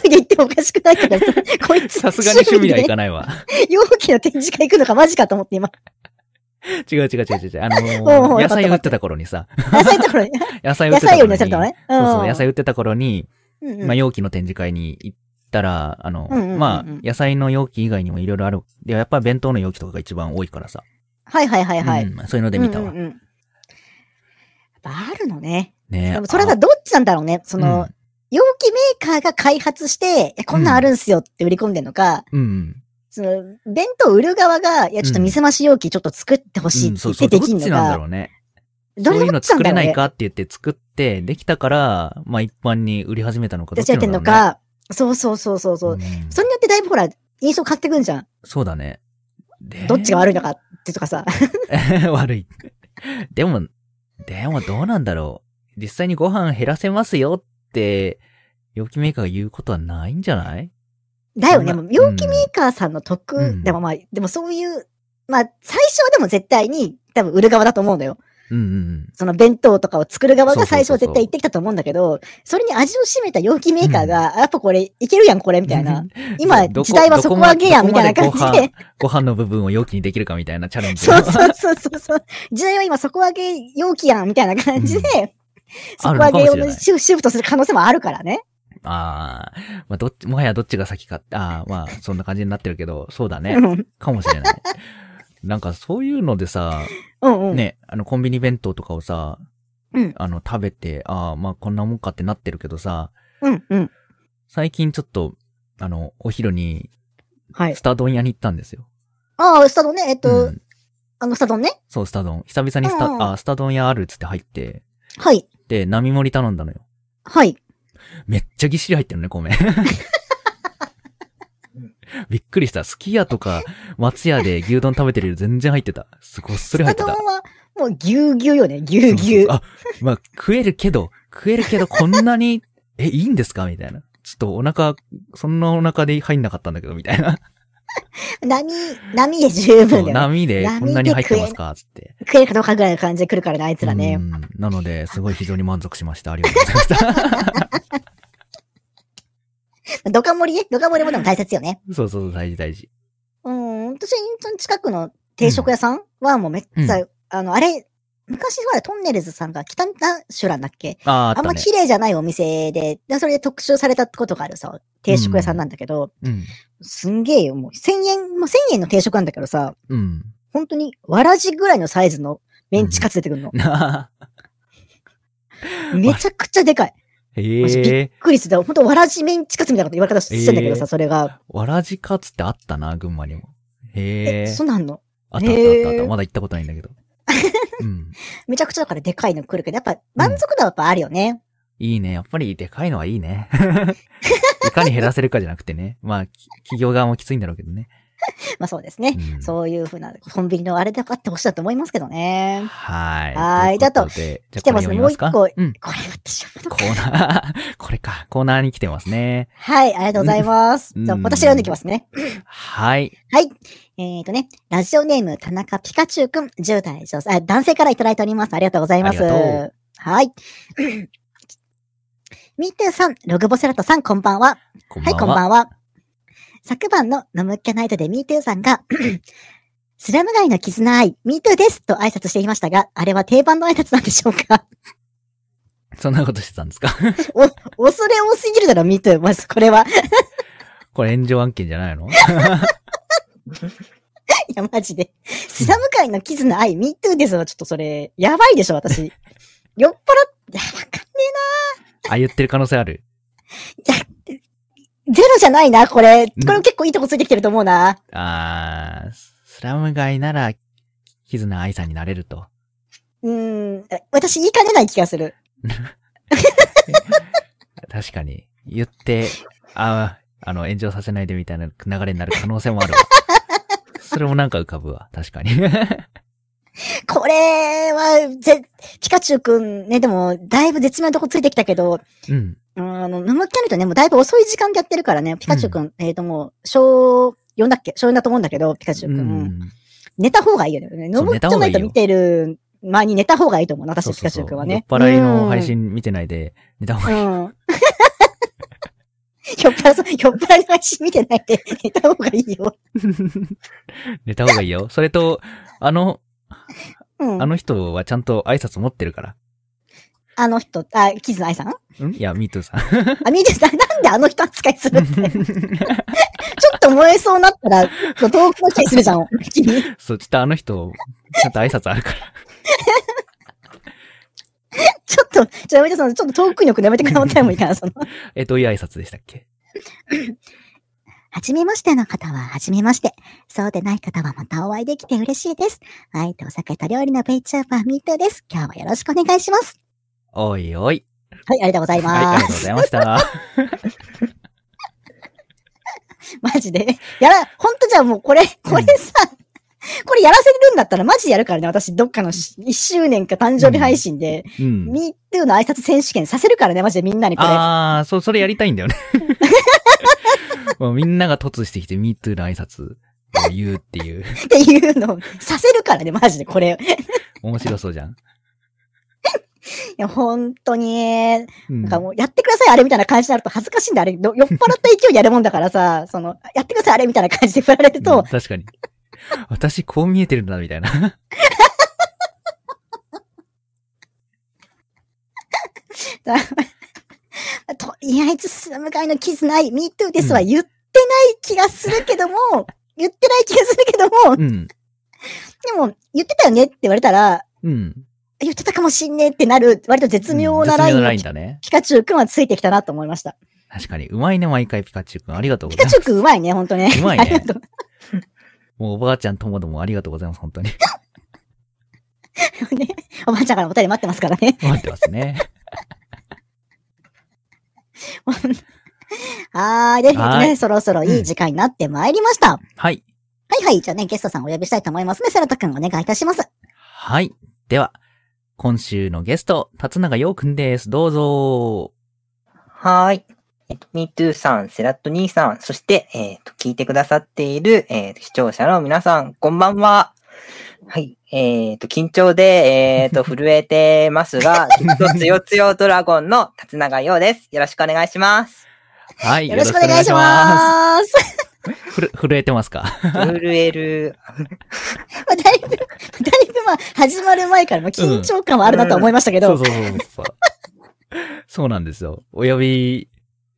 B: 味で行ってもおかしくな いからさ、こいつ、
A: さすがに趣味ではいか
B: な
A: ないわ。
B: い。容器の展示会行くのかマジかと思って今。
A: 違う違う違う違う違う。あの
B: おうおう
A: ー、
B: よ
A: 野
B: かった
A: 菜売ってた頃に さ、
B: 野菜とこ ろに、
A: 野菜売っ
B: 野
A: てた
B: 菜
A: 頃
B: より
A: に、
B: 野菜ところね。
A: そうそうう、
B: ん
A: 野菜売ってた頃に、
B: うんうん
A: まあ、容器の展示会に行ったら、あの、
B: うんうんうんうん
A: まあ、野菜の容器以外にもいろいろある。で、やっぱ弁当の容器とかが一番多いからさ。
B: はいはいはいはい。
A: うんそういうので見たわ。
B: うんうんうんやっぱあるのね。
A: ね
B: でもそれはどっちなんだろうね。その、容器メーカーが開発して、えこんなんあるんすよって売り込んでんのか、
A: うん。うん。
B: その、弁当売る側が、いや、ちょっと水増し容器ちょっと作ってほしいっ
A: うん
B: て
A: そ
B: 言
A: う
B: っ
A: そ
B: て
A: う。どっ
B: できんの
A: ちなんだ
B: か
A: ろ、うね。
B: ど
A: そう
B: れ
A: い
B: ど
A: うの
B: っちなん
A: 作れ
B: だろ
A: な
B: う
A: い
B: ね。
A: かって言って作って、できたから、まあ一般に売り始めたのかど
B: 出
A: っ
B: ちゃ
A: ち
B: ってん
A: な
B: の
A: んだろ
B: か、そうそうそうそうそうう。
A: ね。うん
B: それによってだいぶほら、印象変わってくんじゃん。
A: そうだね。で
B: どっちが悪いのかってとかさ。
A: 悪い。でも、でもどうなんだろう。実際にご飯減らせますよって、容器メーカーが言うことはないんじゃない
B: だよね。
A: そん
B: も
A: な
B: う容器メーカーさんの得、
A: うん
B: でもまあ、でもそういう、まあ、最初はでも絶対に、多分売る側だと思うのよ。
A: うんうん
B: その弁当とかを作る側
A: そう
B: が
A: そう
B: 最
A: そう
B: 初
A: そう
B: は絶対行ってきたと思うんだけど、それに味を占めた容器メーカーが、やっぱこれいけるやん、これ、みた いな。今、
A: どこ
B: 時代はそこ上げやん、みたいな感
A: どこま
B: じ
A: で
B: で。
A: ご飯の部分を容器にできるかみたいなチャレンジ
B: そうそうそうそうそう。時代は今、底上げ容器やん、みたいな感じで、
A: あ
B: 底
A: るの
B: 上
A: か
B: げ
A: もし
B: 用
A: れな
B: の
A: い。
B: シフシフトする可能性もあるからね。
A: ああ、まあ、どっち、もはやどっちが先か、ああ、まあ、そんな感じになってるけど、そうだ
B: う
A: ね。
B: ん。
A: かもし れない。なんかそういうのでさ、
B: うんうん。
A: ね、あの、コンビニ弁当とかをさ、
B: うん
A: あの、食べて、ああ、まあ、こんなもんかってなってるけどさ、
B: うんうん。
A: 最近ちょっと、あの、お昼に、
B: はい
A: ス。タ丼屋に行ったんですよ。
B: ああ、スタドンね、えっと、
A: うん、
B: あの、スタドンね。
A: そう、スタ丼。久々にスタ、
B: うんうん
A: あ、スタ丼屋あるっつって入って、
B: はい。
A: で、並盛り頼んだのよ。
B: はい。
A: めっちゃぎっしり入ってるね、 米。びっくりした。すき家とか、松屋で牛丼食べてるより全然入ってた。すごっそり入
B: スタ
A: って
B: ドン
A: た。
B: は、もうぎゅうぎゅうよね、ぎゅうぎゅう。
A: あ、まあ、食えるけど、食えるけど、こんなに、 え、いいんですかみたいな。ちょっとお腹、そんなお腹で入んなかったんだけど、みたい な。
B: 波、波で十
A: そ
B: 分
A: う
B: だよね。
A: 波でこんなに入ってますかつって。
B: 食えるかどうかぐらいの感じで来るからね、あいつらね
A: う。ん。なので、すごい非常に満足しました。ありがとうございました。
B: ドカ盛りね、ドカ盛りもでも大切よね。
A: そうそうそう、大事大事。
B: うん、私、その近くの定食屋さんはもうめっちゃ、
A: う
B: あの、あれ、昔ほら、トンネルズさんが北ナシュランだっけ
A: ああ、あっ
B: あん
A: た
B: ま
A: ね。
B: 綺麗じゃないお店で、でそれで特集されたことがあるさ、定食屋さんなんだけど、
A: うん。
B: すんげえよ、もう1000円、もう1000円の定食なんだけどさ、
A: うん。
B: 本当に、わらじぐらいのサイズのメンチカツ出てくるの。
A: なあ。
B: めちゃくちゃでかい。
A: へ
B: マジび
A: え
B: っ。くりしてた。本当わらじメンチカツみたいなこと言われ方してんだけど
A: え
B: さ、
A: ー
B: それが。
A: わらじかつってあったな、群馬にも。へ
B: え、
A: え。
B: そうなんの
A: あったあったあったあっ
B: へ
A: た。
B: ー
A: まだ行ったことないんだけ ど。うん。
B: めちゃくちゃだからでかいの来るけど、やっぱ満足度はやっぱあるよね。
A: いいね。やっぱりでかいのはいいね。 いかに減らせるかじゃなくてね。まあ、き企業側もきついんだろうけどね。
B: まあそうですね。
A: うん
B: そういうふうな、コンビニのあれで買ってほしいなと思いますけどね。
A: はい。
B: はーい
A: とうことでじゃあ
B: 来てます
A: これ読みますか
B: もう一
A: うん。
B: これは私は
A: コーナー、 これか。コーナーに来てますね。
B: はい、ありがとうございます。
A: うん
B: じゃあ私が読んでいきますね。
A: はい。
B: はい。えっ、ー、とね、ラジオネーム、田中ピカチュウくん、10代女性、あ、男性からいただいております。ありがとうございます。
A: ありがと
B: はい。 ミーテーさん、ログボセラトさん、こんばんは。
A: こん
B: は
A: ば
B: い、
A: ん
B: こ
A: は。
B: んばんは。昨晩の飲むっけナイトで MeToo さんが、 スラム街の絆愛、MeToo ですと挨拶していましたが、あれは定番の挨拶なんでしょうか
A: そんなことしてたんですか
B: お、恐れ多すぎるだろ、MeToo。まず、これは。 い
A: これ炎上案件じゃないの
B: や、マジで。スラム街の絆愛、MeToo ですはちょっとそれ、やばいでしょ、私。酔っ払って、いやわかんね
A: あ、言ってる可能性ある。
B: いやゼロじゃないな、これ。これも結構いいとこついてきてると思うな。
A: あー、スラム街なら、絆愛さんになれると。
B: うん。私言いかねない気がする。
A: 確かに。言って、あー、あの、炎上させないでみたいな流れになる可能性もあ るわ。それもなんか浮かぶわ。確かに。
B: これは、ぜ、ピカチュウくんね、でも、だいぶ絶妙なとこついてきたけど、
A: うん。
B: うんあの、ナムキャネとね、もうだいぶ遅い時間でやってるからね、ピカチュウくん、えっ、ともう、小4だっけ小4だと思うんだけど、ピカチュウくん。
A: うん。
B: 寝た方がいいよね。
A: そう
B: ノブじゃないと見てる前に寝た方がいいと思うな、私とピカチュウくんはね。
A: 酔っ払いの配信見てないで、寝た方
B: う
A: がいい。
B: ん。 うん。酔っ払いそう、酔っ払いの配信見てないで寝た方がいいよ。
A: 寝た方がいいよ。それと、あの、
B: うん。
A: あ
B: あの
A: の人はちゃんと挨拶持ってるから。
B: 人、あ、キズナイさん
A: んいや、ミートゥーさ ん。
B: あ、ミーテさん、なんであの人扱いするって。ちょっと燃えそうになったら、遠くの人にするじゃん、君。
A: そう、ちょっとあの人、ちゃんと挨拶あるから。
B: ちょっと、ちょ、やめて、その、ちょっと遠くに置くのやめてくださいもいいかな、その。
A: え、どういう挨拶でしたっけ
B: はじめましての方は、はじめまして。そうでない方は、またお会いできて嬉しいです。愛とお酒と料理のベイチャーバー、ミートです。今日はよろしくお願いします。
A: おいおい。
B: はい、ありがとうござい
A: はい、あ
B: ま
A: りがとうご
B: す。
A: ざいました。
B: マジで。やら、ほんとじゃあもう、これ、これさ、これやらせるんだったら、マジでやるからね、私、どっかの1周年か誕生日配信で、
A: うん。
B: ミートの挨拶選手権させるからね、マジでみんなにこれ。
A: あー、そう、それやりたいんだ よね。もうみんなが突してきて、ミートゥーの挨拶を言うっていう。
B: っていうのをさせるからね、マジでこれ。い
A: 面白そうじゃん。
B: や、本当に。
A: うん
B: なんかもう、やってください、あれみたいな感じになると恥ずかしいんだ、あれ。ど酔っ払った勢いでやるもんだからさ、 その、やってください、あれみたいな感じで振られる
A: うん
B: と、
A: 確かに。私、こう見えてるんだ、みたい な。
B: とりあえず、スラム街のキズない、ミートゥーですは
A: う
B: 言ってない気がするけども、 言ってない気がするけども、で
A: うん。
B: も、言ってたよねって言われたら、
A: うん。
B: 言ってたかもしんねえってなる、割と絶妙なライ
A: 絶
B: ンを
A: 妙ラインだね。
B: ピカチュウくんはついてきたなと思いました。
A: 確かに。うまいね、毎回、ピカチュウくん。ありがとうござ
B: ピ
A: い
B: カ
A: ま
B: チ
A: す
B: ュウ。くんうまいね、ほんとね。
A: うまい
B: ありが
A: ね。
B: とう。
A: もうおばあちゃんともどもありがとうございます、本当に。
B: ねおばあちゃんからお便り待ってますからね。
A: 待ってますね。
B: はーい。です
A: はー
B: ね、
A: い
B: そろそろいい時間になってまいりました。は
A: はい。
B: いはい。じゃあね、ゲストさんお呼びしたいと思いますね。セラタくんお願いいたします。
A: はい。では、今週のゲスト、辰永陽くんです。どうぞ。
C: はーい。えっと、ミートゥーさん、セラット兄さん、そして、えっと、聞いてくださっている、えっと、視聴者の皆さん、こんばんは。はい。えっと、緊張で、えっと、震えてますが、ずっとつよつよドラゴンの立永陽です。よろしくお願いします。
A: はい。
B: よろしくお願いします。
A: す。ふる震えてますか
C: 震える。
B: まあだいぶ、だいぶまあ、始まる前からも緊張感はあるなとは思いましたけ
A: そ
B: ど、
A: うそうそうそう。 そうなんですよ。お呼び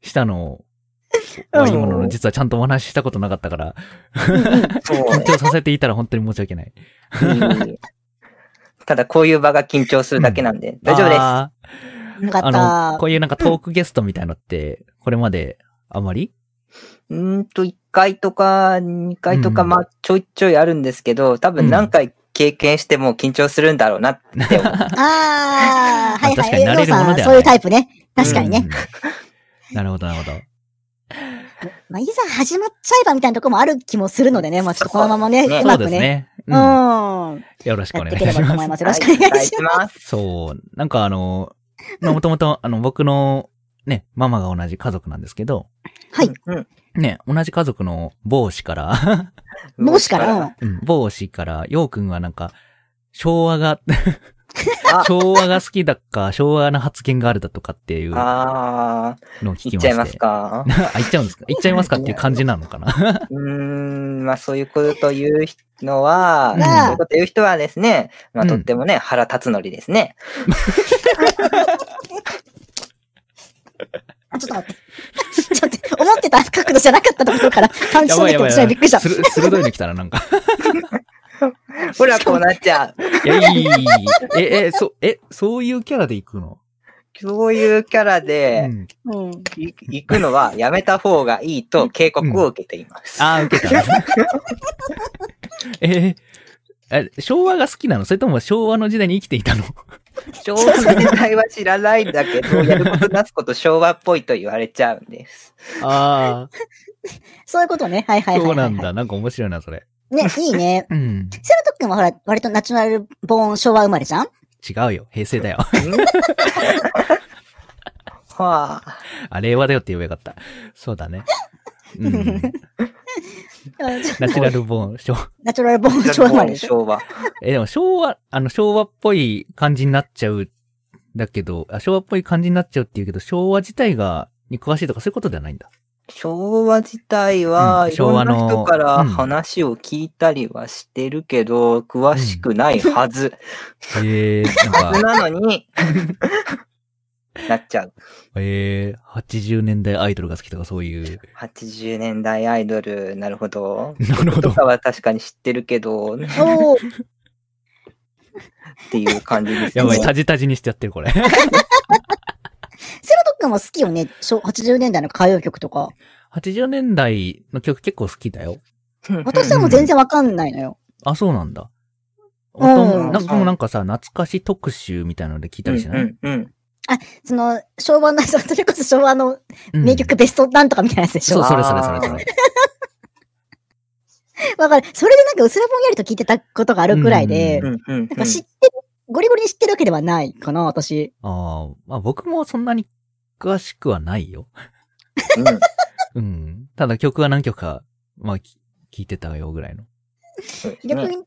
A: したのを、
B: うん
A: まあ今のの実はちゃんとお話ししたことなかったから、
C: そう
A: 緊張させていたら本当に申し訳 ない。
C: うんただ、こういう場が緊張するだけなんで、大丈夫です。
A: あ
B: よか
A: ー
B: っ
A: あの、
B: た
A: こ。ういうなんかトークゲストみたいのって、これまであまり
C: うーんと、1回とか2回とか、
A: うん
C: まあ、ちょいちょいあるんですけど、多分何回経験しても緊張するんだろうなって思う。
B: ああ、は
A: まあ
B: い
A: 確
B: は
A: か
B: い。
A: に
B: よ
A: 慣
B: う
A: れるも
B: さ
A: の
B: ん、
A: ではない
B: そういうタイプね。確かにね。
A: うん。なるほど、な るほど。
B: まあ、いざ始まっちゃえばみたいなところもある気もするのでね、まあちょっとこのままね、
C: そうです
A: そ
B: う
C: ね
A: う
B: ま
A: で
B: く
A: す
B: ね。
A: ね。
B: うん。
A: うん。
B: や
A: よろしくお
B: っ
A: 願
B: て
A: い
B: い
A: し
B: ければと
A: ま
B: 思い
A: す。
B: ます。よろしくお 願いします。
C: ます。
A: そう。なんかあの、もともと、あの、僕の、ね、ママが同じ家族なんですけど、
B: はい。
C: うん。
A: ね、同じ家族の帽子から、
B: 帽子から、うん。
A: うん帽子から、ようくんはなんか、昭和が、
C: あ
A: 昭和が好きだか、昭和の発言があるだとかっていうの
C: あ
A: を
C: ー、
A: 聞き
C: いっ
A: ま
C: ちゃい
A: し
C: ます
A: て。
C: か。
A: あ、言っちゃうんですか言っちゃいますかっていう感じなのかな
C: うーん、まあそういうこと言うのは、
A: うん
C: そういうこと言う人はですね、まあ
A: うん
C: とってもね、腹立つのりですね。
B: あ、ちょっと待って。 ちょっと待って、思ってた角度じゃなかったとこ ろから感じたんだけど、ちょっとびっくりした。
A: する鋭いの来たらなんか。
C: ほら、こうなっちゃう。
A: いや、いいいいいいえ、え、そ、え、そういうキャラで行くの
C: そういうキャラ
A: う
C: で、
A: ん。
B: うん。
C: い 行くのはやめた方がいいと警告を受けています。
A: ああ、受けた。 えーあ昭和が好きなのそれとも昭和の時代に生きていたの
C: 昭和の時代は知らないんだけ ど、やることなすこと昭和っぽいと言われちゃうんです。
A: ああ、
B: そういうことね。はいはいはい
A: そ
B: は
A: う
B: いは。
A: ないんだ。なんか面白いな、それ。
B: ね、いいね。
A: うん。
B: セラト君はほら、割とナチュラルボーン昭和生まれじゃん
A: 違うよ。平成だよ。
C: はあ、
A: あ、令和だよって言えばよかった。そうだね。うん。ナチュラルボーン、昭
B: ナチュラルボーン昭和生まれでしょ
C: 昭和。
A: え、でも昭和、あの昭和っぽい感じになっちゃう、だけど、あ昭和っぽい感じになっちゃうっていうけど、昭和自体が、に詳しいとかそういうことではないんだ。
C: 昭和自体
A: う
C: は、
A: ん
C: いろん
A: 昭和の
C: な人から
A: うん
C: 話を聞いたりはしてるけど、詳しくないはず。
A: ええー、 なんか、
C: なのに、なっちゃう。
A: ええー、80年代アイドルが好きとかそういう。
C: 80年代アイドル、なるほど。
A: なるほ
C: と
A: ど。
C: かは確かに知ってるけど、
B: お
C: っ
B: ー
C: ていう感じですね。
A: やばい、タジタジにしちゃってる、これ。
B: セラト君も好きよね。昭80年代の歌謡曲とか。
A: 80年代の曲結構好きだよ。
B: 私はもう全然わかんないのよ。
A: あ、そうなんだ。
B: うん
A: 音なんかもうなんかさ、懐かし特集みたいなので聞いたりしない、
C: うんうんうん。
B: その、昭和の、それこそ昭和の
A: うん
B: 名曲ベストなんとかみたいなやつでし
A: そ
B: ょ
A: う、
C: あー
A: それそれそれそれ。
B: わかる。それでなんかうすらぼんやりと聞いてたことがあるくらいで
A: う、
C: うんうんう
B: な
C: ん
B: んか知ってる、ゴリゴリに知ってるわけではないかな、私。
A: ああ、まあ僕もそんなに詳しくはない よ。うん。ただ曲は何曲か、まあ、き聞いてたよぐらいの。
C: うん
B: 逆
C: ね
B: に、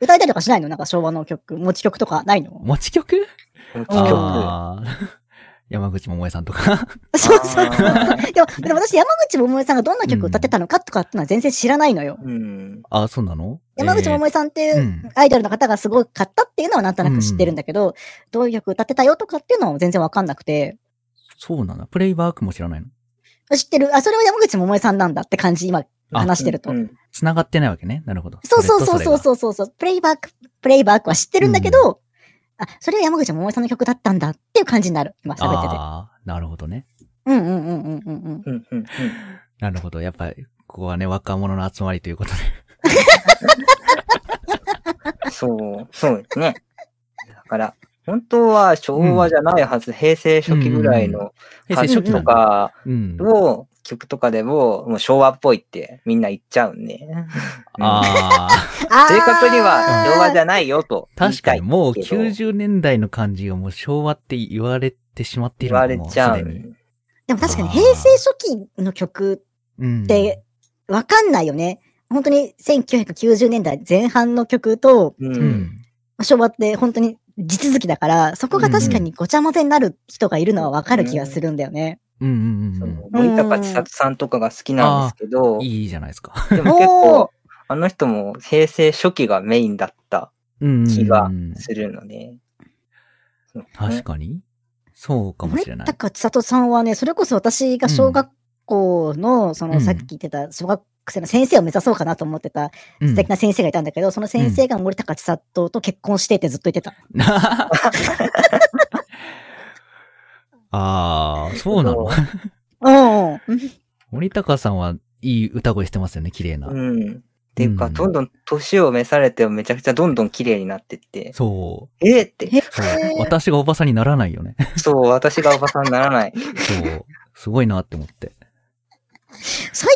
B: 歌えたりとかしないのなんか昭和の曲、持ち曲とかないの
A: 持ち曲
C: 持ち曲
A: ああ。 山口百恵さんとか。
B: そうそうそうそう。
C: あ
B: でも、でも私、山口百恵さんがどんな曲歌ってたのかとかってのは全然知らないのよ。
C: ーうん。
A: ああ、そうなの
B: 山口百
A: 恵
B: 恵さんってい
A: えーう。
B: うんアイドルの方がすごかったっていうのはなんとなく知ってるんだけど、どういう曲歌ってたよとかっていうのは全然わかんなくて、
A: そうなんだ。プレイバークも知らないの
B: 知ってる、あ、それは山口百恵さんなんだって感じ、今
A: あ
B: 話してると
C: う。ん
A: 繋がってないわけね。なるほど。
B: そうそうそうそう
A: う。
B: そうそうそう、プレイバック、プレイバックは知ってるんだけど、あ、それは山口百恵さんの曲だったんだっていう感じになる、今喋ってて。
A: ああ、なるほどね。
B: うんうんうんうんうんうん。
C: うんうんうん。
A: なるほど。やっぱり、ここはね、若者の集まりということで。
C: そう、そうですね。だから、本当は昭和じゃないはず、平成初期ぐらいの
A: 平成初期な
C: と
A: んだ。
C: か
A: うん。
C: を、曲とかでも、もう昭和っぽいってみんな言っちゃうんで。うん
A: ああ。
B: あー
C: 正確には昭和じゃないよと言い
A: 確か
C: た
A: に
C: い。
A: もう90年代の感じがもう昭和って言われてしまってい
C: 言
A: るのか
C: われ
A: も
C: ちゃう
A: すでに。
C: ん。
B: でも確かに平成初期の曲って、
A: うん。
B: でわかんないよね。本当に1990年代前半の曲と
C: う。
A: うんん。
B: 昭和って本当に地続きだから、そこが確かにごちゃ混ぜになる人がいるのはわかる気がするんだよね。
A: うんうんうん
C: そうの森高千里さんとかが好きなんですけど
A: ん。、いいじゃないですか。
C: でも結構、あの人も平成初期がメインだった
A: うん。
C: 気がするので。
A: 確かに。そうかもしれない。
B: 高千里さんはね、それこそ私が小学校の、そ
A: うん
B: のさっき言ってた小学生の先生を目指そうかなと思ってた
A: うん
B: 素敵な先生がいたんだけど、その先生が森高千里と結婚してってずっと言ってた。
A: ああ、そうなの。
B: うんうん。
A: 森高さんはいい歌声してますよね、綺麗な
C: う。ん。っていうか、
A: うん
C: どんどん年を召されてめちゃくちゃどんどん綺麗になってって、
A: そ
C: えーって、
B: へ
A: う。そう私がおばさんにならないよね。
C: そう、私がおばさんにな らない。
A: そう。すごいなって思って。
B: 最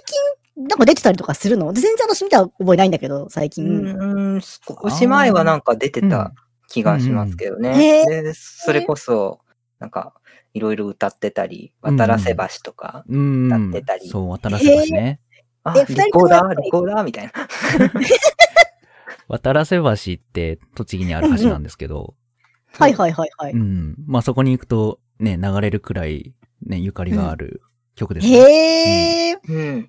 B: 近、なんか出てたりとかするの全然私見た覚えないんだけど、最
C: う
B: 近。
C: ん、うん少し前はなんか出てた気がしますけど
B: んへ
C: ね。でそれこそ、なんか、いろいろ歌ってたり、渡らせ橋とか、
A: うん。
C: 歌ってたり
A: そう、渡らせ橋ね。
C: あ、
B: え
C: リ
B: 二人とも
C: コーダ
B: やっぱ
C: ー、
B: り
C: リコーダーみたいな。
A: 渡らせ橋って栃木にある橋なんですけど、
B: はいはいはいはい。
A: うん。まあそこに行くとね、流れるくらいね、ゆかりがある曲です、ね
B: へえ、
C: うん。
B: 二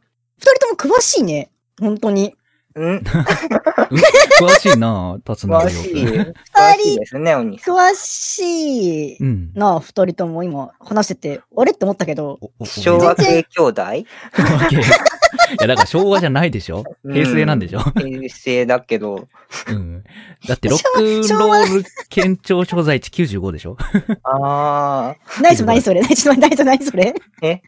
B: 人とも詳しいね。本当に。
C: うん、
A: うん詳しいなぁ、立つ
C: 詳しい。
A: よ
C: 詳しいですね、お兄さん。
B: 詳しい
A: く。うん。
B: なあ、二人とも今話してて、あれって思ったけど、
A: おおお
C: 昭和系兄弟
A: 昭和系や、だから昭和じゃないでしょ
C: う ん
A: 平成なんでしょ、
C: 平成だけど、
A: うん、だってロックンロール県庁所在地95でしょ
C: あ
B: 何それ何それ何 それ何それ何それ
C: ー、え、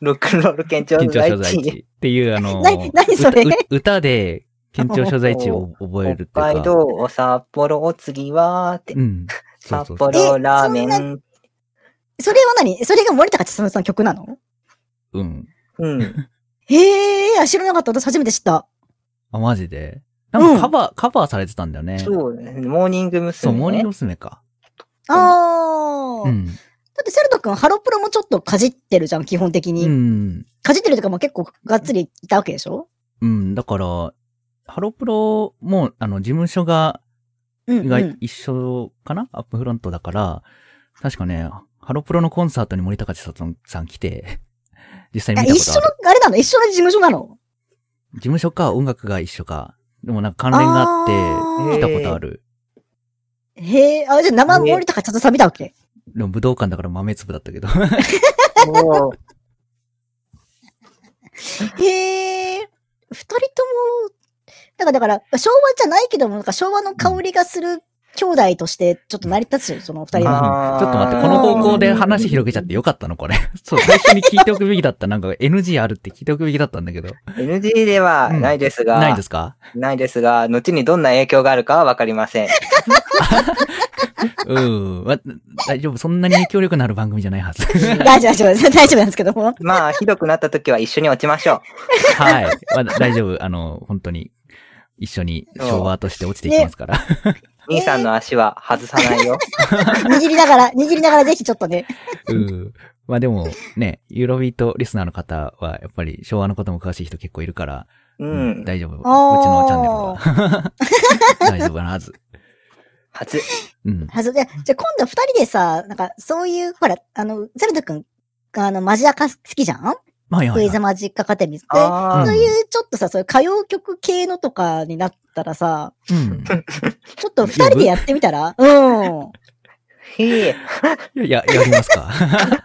C: ロックンロール県庁
A: 県
C: 所
A: 庁
C: 在
A: 所在地
C: 地。
A: っていう、あの、
B: な何それ
A: うう歌で県庁所在地を覚えるって
C: 北
A: い
C: 海
A: うか。
C: 道、札幌、お次は、って、
A: うん。そう
C: 札
A: そうそう。
C: 幌ラーメ
B: えそん
C: ン。
B: それは何それが森高千里さんの曲なの
A: うん。
C: うん。
B: へえ、あ知らなかった。私初めて知った。
A: あ、マジで。なん
B: うん
A: かカバー、カバーされてたんだよね。
C: そう、モーニング娘。
A: そう、モーニング
C: ね
A: 娘。か。
B: あー。
A: う
B: だ
A: ん。
B: ってセルト君、ハロプロもちょっとかじってるじゃん、基本的に。
A: うん。
B: かじってるとかも結構がっつりいたわけでしょ
A: うん。だから、ハロプロも、あの、事務所が、
B: うん、う
A: が
B: ん。
A: 一緒かな、アップフロントだから、確かね、ハロプロのコンサートに森高千里さん来て、 実際に
B: あ
A: 見た
B: 一
A: ことあ
B: 緒
A: る
B: の。、あれなの一緒の事務所なの
A: 事務所か音楽が一緒か。でもなんか関連があっ
C: あー
A: て、来たことある。
B: へえ、あ、じゃあ生
C: ね
B: 森高千里さん見たわけ
A: でも武道館だから豆粒だったけ ど。
C: もう
B: へえ、二人とも、なんかだから、昭和じゃないけども、なんか昭和の香りがする兄弟として、ちょっと成り立つよ、その二人
A: あ
B: は。
C: あー
A: ちょっと待って、この方向で話広げちゃってよかったのこれ。そう、最初に聞いておくべきだった。なんか NG あるって聞いておくべきだったんだけど。
C: NG ではないですが、
A: ないですか
C: ないですが、後にどんな影響があるかはわかりません。
A: うん。わ大丈夫。そんなに影響力のある番組じゃない はず。
B: 大丈夫、大丈夫、 大丈夫なんですけども。
C: まあ、ひどくなった時は一緒に落ちましょ
A: はい。まあ大丈夫。あの、本当に、一緒に昭和として落ちていきますから。
C: う。兄さんの足は外さないよ。
B: 握りながら、 握りながらぜひちょっとね。
A: うん。まあでも、ね、ユーロビートリスナーの方は、やっぱり昭和のことも詳しい人結構いるから、
C: う。
A: うん大丈夫。うち
B: あー
A: のチャンネルは。 大丈夫なはず。
C: 初。
A: うん。
B: はず、じゃあじゃあ今度二人でさ、なんかそういう、ほら、あの、ゼルト君があの、マジアカ好きじゃん
A: まあ、いや
B: ク
A: い
B: イ
A: や
B: ズ。マジックアカデミーって。
C: あ
B: そ
A: ー
B: う
C: あ、
B: いう、ちょっとさ、そういう歌謡曲系のとかになったらさ、
A: うん。
B: ちょっと二人でやってみたらうん。
C: へえ。
A: いや、いややりますか。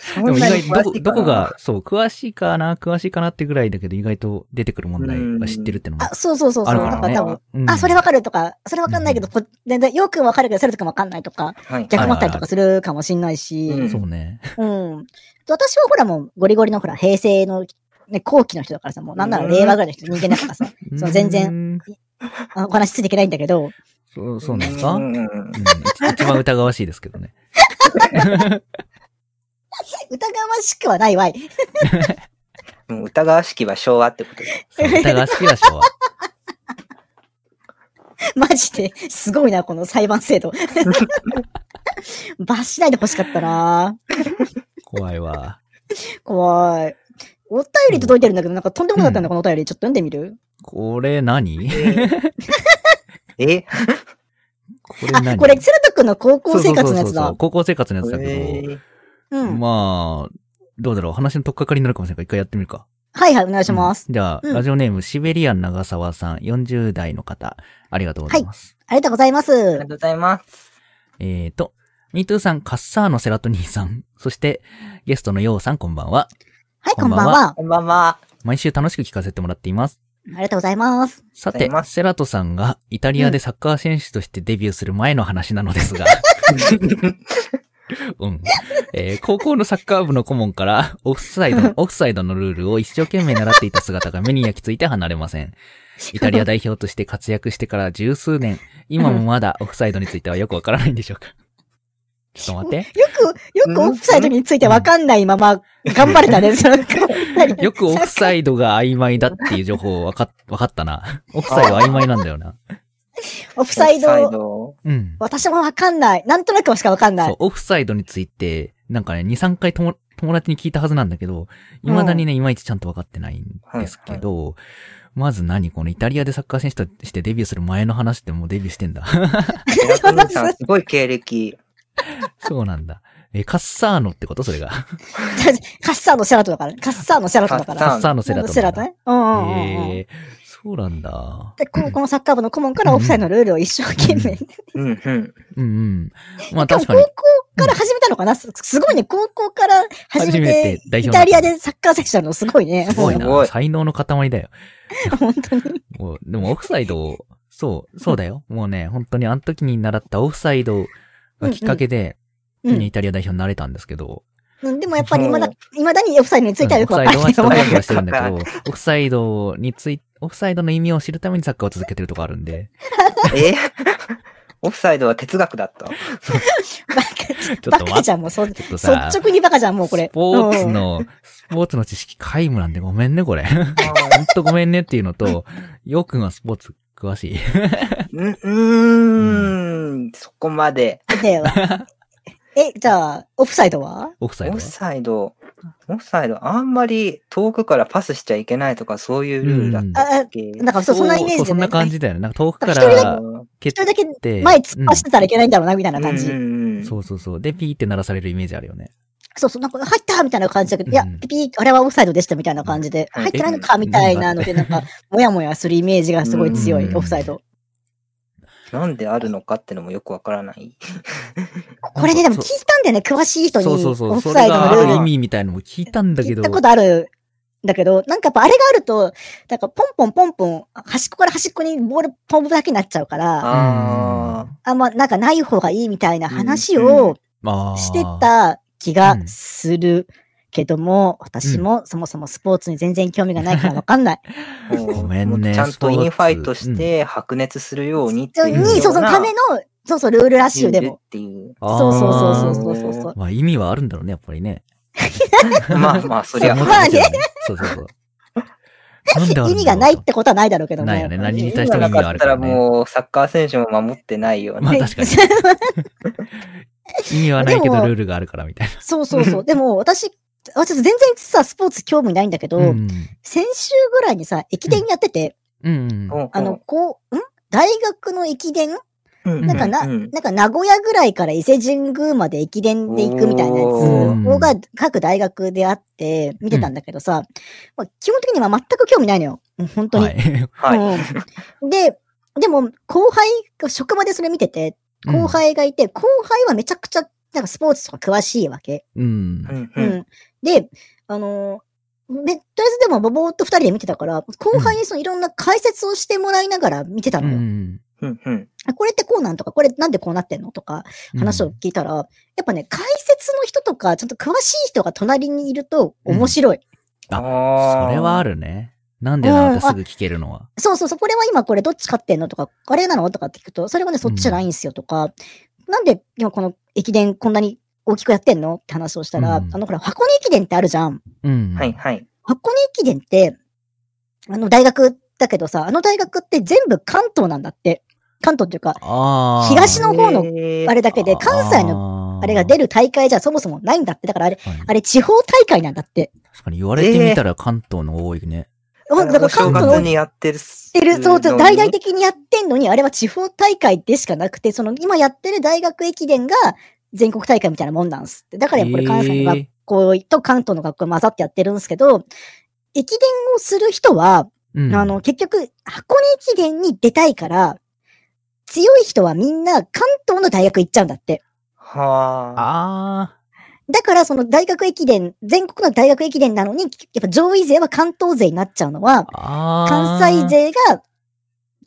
C: そ
A: でも
C: ん
A: 意
C: なに
A: 外とど
C: 詳し
A: こ、
C: いか
A: ど
C: な
A: こが、そう、詳しいかな、詳しいかなってぐらいだけど、意外と出てくる問題は知ってるってのも
B: あ、そうそうそうそ
A: あ
B: う。
A: る
B: だ
A: か
B: から
A: ね
B: ら多分、。
A: うん
B: あ、それわかるとか、それわかんないけど、こ全然、よくわかるけど、それとかわかんないとか、
C: はい。
B: 逆もあったりとかするかもしんないし、
C: うん
A: そうね。
B: うん。私はほらもう、ゴリゴリのほら、平成の、ね、後期の人だからさ、もうなんなら令和ぐらいの人、人間だからさ、そう全然
A: 然。
B: あのお話しついていけないんだけど、
A: そう、そうなんですかう
C: う
A: ん
C: んうん
A: 一一番疑わしいですけどね。
B: 疑わしくはないわ い。
C: うんもう疑わしきは昭和ってことで。
A: そう疑わしいは昭和。
B: マジで、すごいな、この裁判制度。罰しないで欲しかったな
A: 怖いわ。
B: 怖い。お便り届いてるんだけど、なんかとんでもなかったんだ、このお便り。ちょっと読んでみる
A: これ何
C: え
A: これ
B: あ、
A: 何
B: これ、セラト君の高校生
A: そ
B: 活のや
A: うそうそう
B: つ
A: そ
B: だ
A: う。高校生活のやつだ
C: え
A: け
C: ー
B: う
A: ど、
B: ん。
A: まあ、どうだろう。話のとっかかりになるかもしれないから、一回やってみるか。
B: はいはい、お願いします。
A: うんじゃあ、
B: うん
A: ラジオネーム、シベリアン長澤さん、40代の方、ありがとうございます。
B: ありがとうございま
C: あり
B: す
C: がと。うございます。
A: えーと、ミートゥーさん、カッサーのセラトニーさん、そして、ゲストのヨウさん、こんばんは。
B: はい、
A: こ
B: こ
A: んば
B: んば
A: ん
B: ん
A: は
B: は。
C: こんばんは。
A: 毎週楽しく聞かせてもらっています。
B: ありがとうございます。
A: さ
C: あ
A: て
C: りがとうございま、
A: セラトさんがイタリアでサッカー選手としてデビューする前の話なのですが、うん。えー高校のサッカー部の顧問から、オフサイド、オフサイドのルールを一生懸命習っていた姿が目に焼き付いて離れません。イタリア代表として活躍してから十数年、今もまだオフサイドについてはよくわからないんでしょうか。ちょっと待 って。
B: よく、よくオフサイドについてわかんないまま、頑張 れたね、その
A: よくオフサイドが曖昧だっていう情報わか、わかったな。オフサイド曖昧なんだよな。
B: オフサイ
C: オフ
B: ド、
C: ド。
A: うん。
B: 私もわかんない。なんとなくしかわかんな
A: そう
B: い、。
A: オフサイドについて、なんかね、2、3回とも友達に聞いたはずなんだけど、未だにね、いまいちちゃんと分かってないんですけど、まず何このイタリアでサッカー選手としてデビューする前の話ってもうデビューして んだ。
C: セラトニーさん、すごい経歴。
A: そうなんだ。え、カッサーノってことそれが。
B: カッサーのセラトだからね。カッサーのセラトだか
C: カ
B: ら。
A: カッサーノセラト
B: セラトね。うんうんうんうん。
A: えー、そうなんだ。
B: でここのサッカー部の顧問からオフサイドのルールを一生懸命。し
C: うんうん。
A: うんうん。まあ
B: かも
A: 確
B: 高
A: かに
B: 校。から始めたのかな、すすごいね、高校から始
A: 初め
B: め
A: て
B: て、
A: 代
B: イ
A: 表
B: タリアでサッカー選手なのすごいね。
A: すごい
C: すご
A: な。
C: い
A: 才能の塊だよ。
B: 本当に。
A: もうでもオフサイドを、そう、そうだよ。もうね、本当にあの時に習ったオフサイドがきっかけで、
B: う
A: ね
B: ん
A: イタリア代表になれたんですけど、
B: うん。でもやっぱり未だ、未だにオフサイドについては
A: うん
B: よ
A: オ
B: く
A: フ
B: わ
A: サ
B: か
A: イ
B: んない
A: ドは人
C: わ
A: が
C: かんない
A: 評価してるんだけど、オフサイドについ、オフサイドの意味を知るためにサッカーを続けてるとこあるんで、
C: え オフサイドは哲学だった。
A: ちょ
B: バ
A: っと
B: カ
A: 待っ
B: じ
A: て、
B: ゃん、もうそ、率
A: ちょっとさ、
B: 直にバカじゃん、もうこれ。
A: スポーツ
B: うん。
A: の、スポーツの知識皆無なんでごめんね、これ。ほんとごめんねっていうのと、ようくんはスポーツ詳しい。
C: うん、うーん、そこまで。
B: ではえ、じゃあ、オフサイドは
A: オフサイ
C: オ
A: ドは
C: フ。サイド、オフサイド、あんまり遠くからパスしちゃいけないとかそういうルールだった
B: あ、あ
C: っけ、
B: なんかそうそんなイメージ
A: そう、そんな感じだよね。なんか遠くか
B: 一人
A: ら蹴っ
B: それだけ
A: て、
B: 前突っ走ってたらいけないんだろうな、みたいな感じ。
A: うん
C: じ
A: そうそうそう。で、ピーって鳴らされるイメージあるよね。
B: そうそう、なんか入ったみたいな感じだけど、いや
A: うん、
B: ピピー、あれはオフサイドでしたみたいな感じで、
C: うん
B: 入ってないのかみたいなので、なんか、もやもやするイメージがすごい強
A: う
B: い、
A: ん
B: オフサイド。
C: なんであるのかってのもよくわからない。
B: これね、でも聞いたんだよね、詳しい人に。
A: そ
B: オ
A: うそうそう。
B: フ
A: そ
B: サ
A: れ
B: イド
A: が
B: の
A: あ
B: ル
A: る
B: ー
A: 意
B: ル
A: 味みたいのも聞いたんだけ
B: 聞い
A: ど。
B: たことある。だけど、なんかやっぱあれがあると、なんかポンポンポンポン、端っこから端っこにボールポンプだけになっちゃうから、
C: ああ、
B: あんまなんかない方がいいみたいな話
C: うんう
B: を
A: ああ。
B: して。た気がするけども、私もそもそもスポーツに全然興味がないからわかん ない。
A: ごめんね
C: もうちゃん
A: スポ
C: と
A: ーツ
C: インファイトして白熱するようにっていうような。
B: に、そう、そのための、そうそう、ルールラッシュで
C: ルール
B: も
C: っ。ていう。
A: ああ
B: そうそうそうそうそうそう。
A: まあ意味はあるんだろうね、やっぱりね。
C: まあまあ、そりゃ。
B: ま
A: も
B: あ
A: ちろん
B: ね
A: もちろんそうそう そう。なんであるんだろう
B: 意味がないってことはないだろうけども。
A: ないよね何に
C: 今
A: 対しても意
C: な
A: 味が
C: か
A: あ
C: っ
A: る
C: た
A: から
C: ら
A: ね
C: もうサッカー選手も守ってないよう
A: ま
C: な
A: あ確かに。意味はないけどルールがあるからみたい
B: そうそうそう。でも、私、私全然さ、スポーツ興味ないんだけど、
A: な。うん。
B: 先週ぐらいにさ、駅伝やってて、
A: うんうん。
B: あの、こう、ん大学の駅伝
C: うん、
B: なんかな、
C: う
B: なんか名古屋ぐらいから伊勢神宮まで駅伝で行くみたいなやつ
C: お
A: ー
B: をが各大学であって見てたんだけどさ、まあ基本的には全く興味ないのよ。もう本当に。
A: はい。
C: はい。
B: うんで、でも後輩が職場でそれ見てて、後輩がいて、後輩はめちゃくちゃなんかスポーツとか詳しいわけ。
A: うん。
C: うん
B: う
C: うん
B: ん。で、あのーめとりあえずでもぼぼーっと二人で見てたから、後輩にそのいろんな解説をしてもらいながら見てた
A: う
B: のよ。
A: ん。
C: うんうん
B: あこれってこうなんとか、これなんでこうなってんのとか、話を聞いたら、やっぱね、解説の人とか、ちゃんと詳しい人が隣にいると面白い。
A: あ
C: ー
A: それはあるね。なんでなんてすぐ聞けるのは。
B: そうそうそう、これは今これどっち勝ってんのとか、あれなのとかって聞くと、それはね、そっちじゃないんですよとか、なんで今この駅伝こんなに大きくやってんのって話をしたら、
A: うん
B: あの、ほら、箱根駅伝ってあるじゃん。
A: うん。
C: はい。はい。
B: 箱根駅伝って、あの、大学だけどさ、あの大学って全部関東なんだって。関東っていうか、
A: ああ。
B: 東の方のあ
C: あ
B: れだけで、関西の
A: の
B: あれが出る大会じゃそもそもないんだって。だからあれ、
A: はい
B: あれ地方大会なんだって。
A: 確かに言われてみたら関東の多いね。
B: ほんだから関
C: お正
B: 東
C: 月
B: の
C: にやってる。
B: やってる、そうそう、
C: のに
B: 大々的にやってんのに、あれは地方大会でしかなくて、その今やってる大学駅伝が全国大会みたいなもんなんすって。だからやっぱり関西の学校と関東の学校混ざってやってるんですけど、駅伝をする人は、
A: うん
B: あの、、結局、箱根駅伝に出たいから、強い人はみんな関東の大学行っちゃうんだって。
C: はあ。
A: あ
B: だからその大学駅伝、全国の大学駅伝なのに、やっぱ上位勢は関東勢になっちゃうのは、
A: あ。ああ。
B: 関西勢が、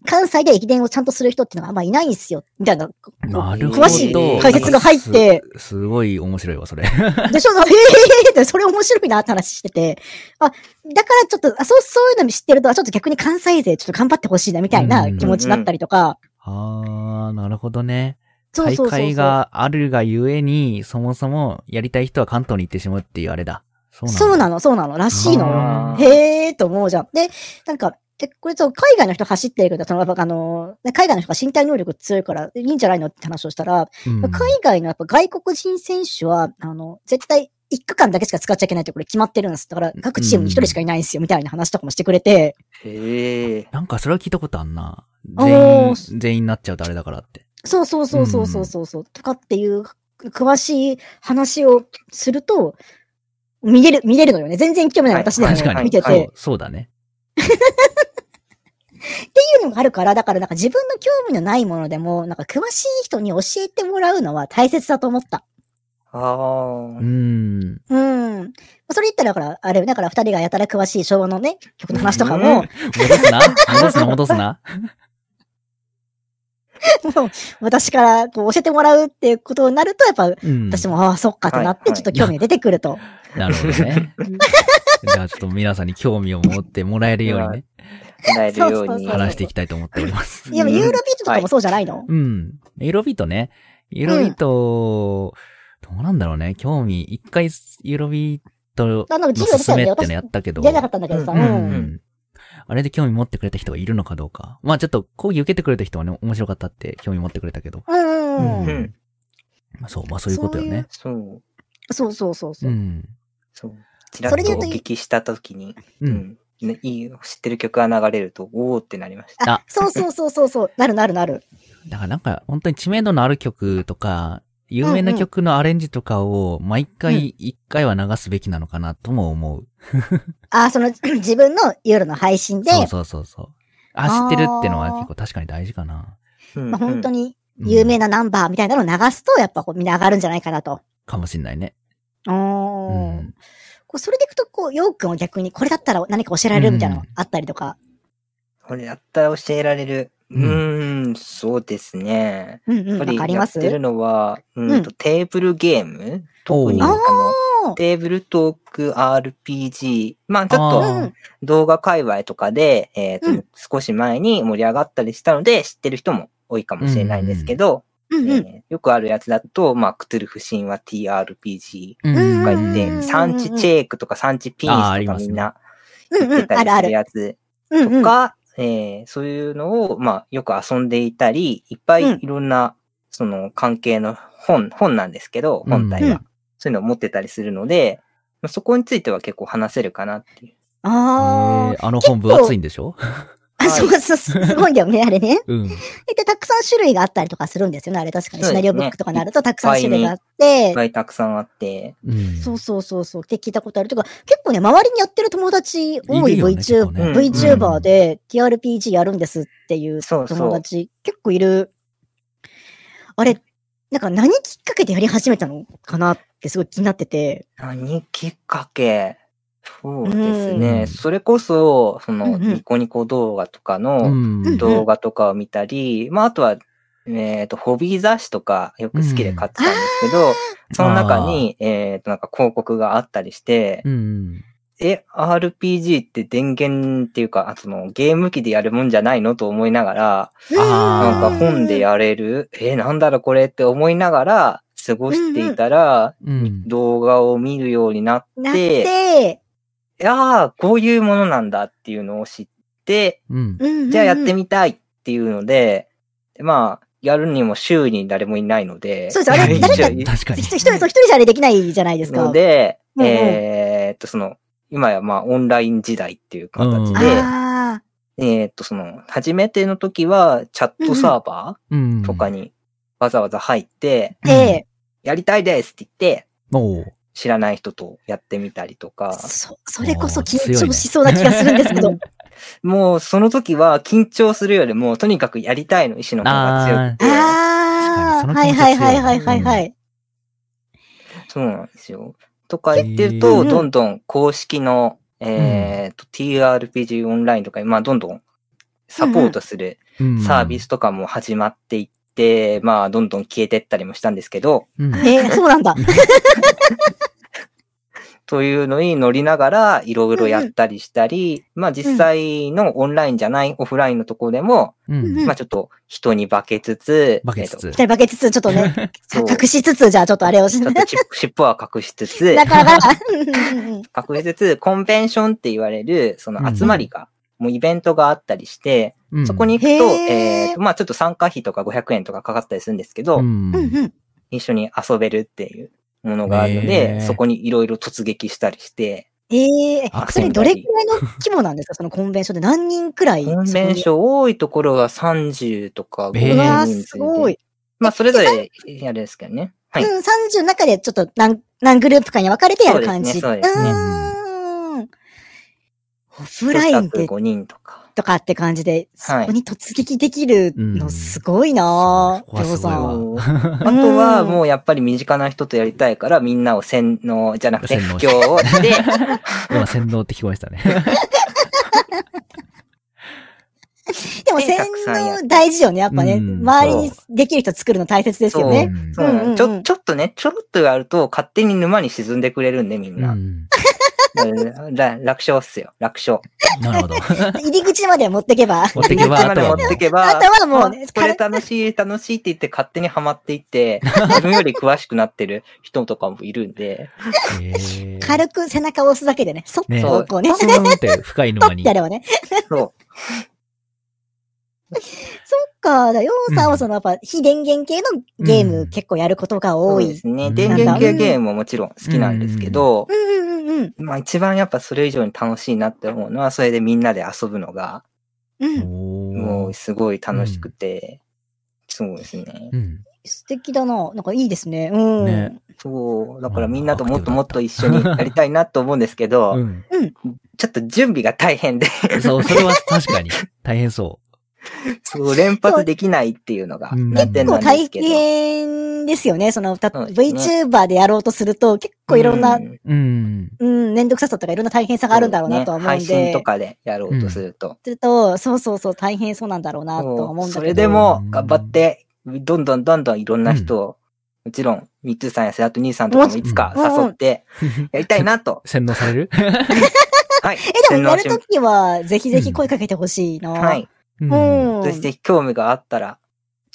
B: 関西で駅伝をちゃんとする人っていうのがあんまいないんですよ、みたいな。
A: なるほど。
B: 詳しい解説が入って、
A: す。すごい面白いわ、それ。
B: でしょ、へえって、それ面白いなって話してて。あ、だからちょっと、あそう、そういうの知ってると、あちょっと逆に関西勢ちょっと頑張ってほしいな、みたいな気持ちになったりとか。
A: ああ、なるほどね。
B: そうそう
A: 大
B: そうそう。
A: 会があるがゆえに、そもそもやりたい人は関東に行ってしまうっていうあれだ。そうなんだ。
B: そうなの、そうなの、らしいのよ。
C: あー
B: へえーと思うじゃん。で、なんか、でこれそう、海外の人走ってるけど、その、やっぱあの、ね海外の人が身体能力強いから、いいんじゃないのって話をしたら、
A: うん。
B: 海外のやっぱ外国人選手は、あの、絶対1区間だけしか使っちゃいけないってこれ決まってるんです。だから各チームに1人しかいないんですよ、みたいな話とかもしてくれて、
C: へえ。
A: なんかそれは聞いたことあんな。
B: あー
A: 全員、全員なっちゃうとあれだからって。
B: そうそうそうそうそうそうそう、とかっていう詳しい話をすると、見れる、見れるのよね。全然興味ない私で
C: は
B: も
C: い
A: 確かに。
B: 見て
A: そう
B: て、
A: そうだね。
B: いうのがあるから、だからなんか自分の興味のないものでも、なんか詳しい人に教えてもらうのは大切だと思った。
C: ああ
A: う。ん。
B: うん。それ言ったら、だから、あれ、だから二人がやたら詳しい昭和のね、曲の話とか
C: うん
B: も、
A: 戻すな戻すな戻すな
B: もう私からこう教えてもらうっていうことになると、やっぱ、
A: うん。
B: 私も、ああ、そっかってなっ
C: はい
B: て、
C: はい
B: ちょっと興味が出てくると。
A: なるほど ね。じゃあちょっと皆さんに興味を持ってもらえるようにね、
C: らえるように。
B: そうそうそう
A: 話していきたいと思っております。
B: いや、ユーロビートとかもそうじゃないの、
A: うん。ユーロビートね。ユーロビート、どうなんだろうね。興味、一回ユーロビート
B: あ
A: の
B: の、授
A: す
B: 業ですた
A: め
B: よね、
A: っての
B: 私
A: や、ったけど。
B: 出なかったんだけどさ。
C: う
B: うん。
A: うんん。あれで興味持ってくれた人がいるのかどうか。まあちょっと講義受けてくれた人はね、面白かったって興味持ってくれたけど。
B: うん
A: う
B: うんうん。
A: ん。まあそう、まあそういうことよね。
C: そう。
B: そうそうそうそうう。
A: ん。
C: そう。ちらっ
B: そ
C: と
B: れで言う
C: お
B: と
C: 聞きしたときに、
A: う。
C: うんん。ねいい、知ってる曲が流れると、おおってなりました。
B: あ、そうそうそうそうそう。なるなるなる。
A: だからなんか、本当に知名度のある曲とか、有名な曲のアレンジとかを、毎回、一回は流すべきなのかなとも思う。
B: あ、その 自分のユーロの配信で、
A: そうそうそうそう。あ、知ってるってのは
B: あー
A: 結構確かに大事かな。
C: うん
B: まあ、本当
C: に。
B: に
A: うん
B: 有名なナンバーみたいなのを流すと、やっぱこうみんな上がるんじゃないかなと。
A: かもしんないね。
B: お
A: う
B: ー
A: ん。
B: こうそれでいくと、こう、ヨウくんは逆にこれだったら何か教えられるみたいなのがあったりとか。
C: これやったら教えられる。う
A: うん
C: ーん、そうですね。
B: うんう
C: や
B: ん。
C: っぱ
B: なん
C: り
B: かあり
C: や
B: ま
C: っ
B: す
C: てるのは、
B: う
C: うん
B: ん
C: とテーブルゲーム特に
A: お
C: あ
A: ー
B: お
C: の、
B: ー
C: テーブルトーク RPG。まあち
A: あ
C: ょっ
A: ー
B: うん
C: と動画界隈とかで、えっ、と、
B: うん
C: 少し前に盛り上がったりしたので知ってる人も多いかもしれないんですけど、
B: うんうん。
C: えーよくあるやつだと、まあ、クトゥルフ神話 TRPG
A: うん
C: と
B: ん
C: か
A: う
C: 言っ
A: ん
C: て、
A: うん
C: 産地チェークとか産地ピン
A: あーあ
C: ス
A: り
C: とか
A: ますね
C: みんな
B: う
C: 言
B: んう
C: って
B: ん。あ
C: たり
B: るあ
C: する
B: る。
C: やつ
B: うんうん。
C: が、えーそういうのを、まあ、よく遊んでいたり、いっぱ
B: うん
C: いいろんな、その関係の本、本なんですけど、本体は。
A: うん
C: そういうのを持ってたりするので、まあそこについては結構話せるかなっていう。
B: あ
A: えーあの本分厚いんでしょ
B: あ。あ、そうそう、すごいんだよね、あれね。
A: うん。
B: で、たくさん種類があったりとかするんですよね。あれ確かに。シナリオブックとかになるとたくさん種類があっ。
C: いってぱいたくさんあって、
A: うん。
B: そうそうそうそう。って聞いたことあるとか、結構ね、周りにやってる友達多い
A: るよね結
B: VTuber
A: 構、
C: うん
A: ね
B: VTuber で TRPG やるんですっていう友
C: そうそう
B: 達結構いる。あれ、なんか何きっかけでやり始めたのかなってすごい気になってて。
C: 何きっかけそうです
A: うん
C: ね。それこそ、その、
B: うんうん
C: ニコニコ動画とか
A: う
C: の
A: ん。
C: 動画とかを見たり、まあ、あとは、えっ、と、ホビー雑誌とかよく好きで買ってたんですけど、その中に、えっ、と、なんか広告があったりして、
A: うん。
C: え、RPG って電源っていうか、あそのゲーム機でやるもんじゃないのと思いながら、
A: あ
C: な
A: ー
C: んか本でやれる、えーなんだろうこれって思いながら過ごしていたら、
A: うん。
C: 動画を見るようになっ、
B: なってて、
C: いやー、こういうものなんだっていうのを知って、
A: うん。
B: じ
C: じゃあやって
B: み
C: みたいっていうので、でまあ、やるにも周囲に誰もいないので、
B: そうですあ れ
C: 一緒
B: 誰か
C: に
A: 確かに
B: 一。人、一人そう一人じゃあれできないじゃないですか。
C: ので、
B: うんうん
C: えーっと、その、今やまあオンライン時代っていう形で、
B: ああ。
C: えーっと、その、初めての時はチャットサーバ
A: うん。
C: ーとか
A: に。
C: にわざわざ入って、
B: ええ。
C: やりたいですって言って、
A: おう
C: 知らない人とやってみたりとか、
B: そ、それこそ
A: おー
B: 緊
A: 強いね
B: 張しそうな気がするんですけ ど。
C: もうその時は緊張するよりも、とにかくやりたいの意志の方が強くて、
B: ああ
A: 確
B: ー、
A: か
B: は
A: に
B: い
A: その気
B: は
A: 持ち
B: い
A: は強
B: は
A: い
B: いはいはいはい。
C: そうなんですよ。とか言ってる
A: へ
C: と、
B: ー
C: どんどん公式の、えーと、TRPG オンラインとか、まあどんどんサポートする
A: うん
C: サービス。とかも始まっていって、まあどんどん消えてったりもしたんですけど、
A: うん。
B: ええ、そうなんだ。
C: というのに乗りながら、いろいろやったりしたり、まあ実際のオンラインじゃないオフラインのところでも、
A: うん。
C: まあちょっと人に化けつつ、
A: 化けつ
C: え
A: つ
B: 二。人化けつつ、ちょっとね、
C: そう
B: 隠しつつ、じゃあちょっとあれをし
C: ーとちょっと尻尾尻尾は隠し つつ、
B: だから、うんうんうん
C: 隠しつつ、コンベンションって言われる、その集まりが、もうイベントがあったりして、
A: うん
C: そこに行くと、
B: へー
C: えーと、まあちょっと参加費とか500円とかかかったりするんですけど、
A: うん。
B: うんうん
C: 一緒に遊べるっていうものがあるの
A: へ
C: で、
A: ー
C: そこにいろいろ突撃したりして、
B: ええ
A: アク
B: そ
A: セ
B: れ
A: ン
B: どれくらいの規模なんですかそのコンベンションで何人くらい
C: コンベンション多いところは30とか50
A: へー
C: 人
B: うわー
C: 人
B: すごい。
C: まあそれぞれ、あれですけどね。はい。
B: うん、30の中でちょっと何、何グループかに分かれてやる感じ。
C: そうですねそうです
A: ね
B: うーん。オフラインって
C: 5人とか。
B: とかって感じで、そ
C: はい
B: こに突撃できる
A: う
B: の
A: ん
B: すごいな
A: そうそこはすごいわ
B: ぁ、
C: そうあとは、もうやっぱり身近な人とやりたいから、みんなを洗脳じゃなくて、
A: 洗脳
C: 布教 をして、
A: 今、洗脳って聞こえましたね。
B: でも
C: ね
B: 洗
C: たくさんや
B: 脳大事よね、やっぱね。
A: うん
B: 周りにできる人作るの大切ですよ
A: う
B: ね。
A: ん
C: そうなのち
B: うんうんう
C: ょ、
B: ん
C: ちょっとね、ちょろっとやると、勝手に沼に沈んでくれるんで、みん
A: う
C: な。
A: ん。
C: うんら楽勝っすよ、楽勝。
A: なるほど。
B: 入り口まで持ってけば。
A: 持って けば、
C: こっちま
A: あと
C: で持
A: はもう
C: ってけば、
B: あとはもうね
C: あこれ楽しい、楽しいって言って勝手にハマっていって、自分より詳しくなってる人とかもいる んで、
A: へー
B: 軽く背中を押すだけでね、そっ
A: ね
B: とこうね、
A: スーンって深い 沼に
B: 取ってやればね。
C: そ
B: か、だヨンさん
A: うん
B: はそのやっぱ非電源系のゲー
A: うん
B: ム結構やることが
C: う。
B: 多
C: そうで
B: い。
C: すね。
A: うん
C: 電源系ゲームももちろん好きなんですけど、
B: うんうんうんうん。
C: まあ一番やっぱそれ以上に楽しいなって思うのは、それでみんなで遊ぶのが、
B: うん。
A: お
C: もう
A: ー
C: すごい楽しくて、そうですね。
A: うん。
B: 素敵だな。なんかいいですね。うん。
A: ね
C: そう、だからみんなともっともっと一緒にやりたいなと思うんですけど、
A: うん。
C: ちょっと準備が大変で、
A: そう、それは確かに大変そ
C: そう、連発できないっていうのが
A: うん
C: 難点
B: 結
C: な
B: 構
C: んで
B: 大
C: すけど。
B: 変ですよね。その、た
C: そうですね
B: VTuber でやろうとすると、結構いろんな、
C: う
A: う。うん。
B: うん、めんどくささとかいろんな大変さがあるんだろうなとは思うんで。
C: ね配信とかでやろうとすると。
B: すると、そうそうそう、大変そうなんだろうなとは思うんだ
C: そ
B: け
C: れ
B: ど。
C: でも、頑張って、どんどんどんどんいろんな人を、もちろん、ミッツーさんやセラトニーさんとかもいつか
B: うん
C: 誘って、やりたいなと。
A: 洗脳される
C: はい。
B: え、でもやる
C: 洗脳
B: と
C: し
B: きは、ぜひぜひ声かけてほしいな。
C: はい。
A: う
B: うん。
C: そして興味があったら、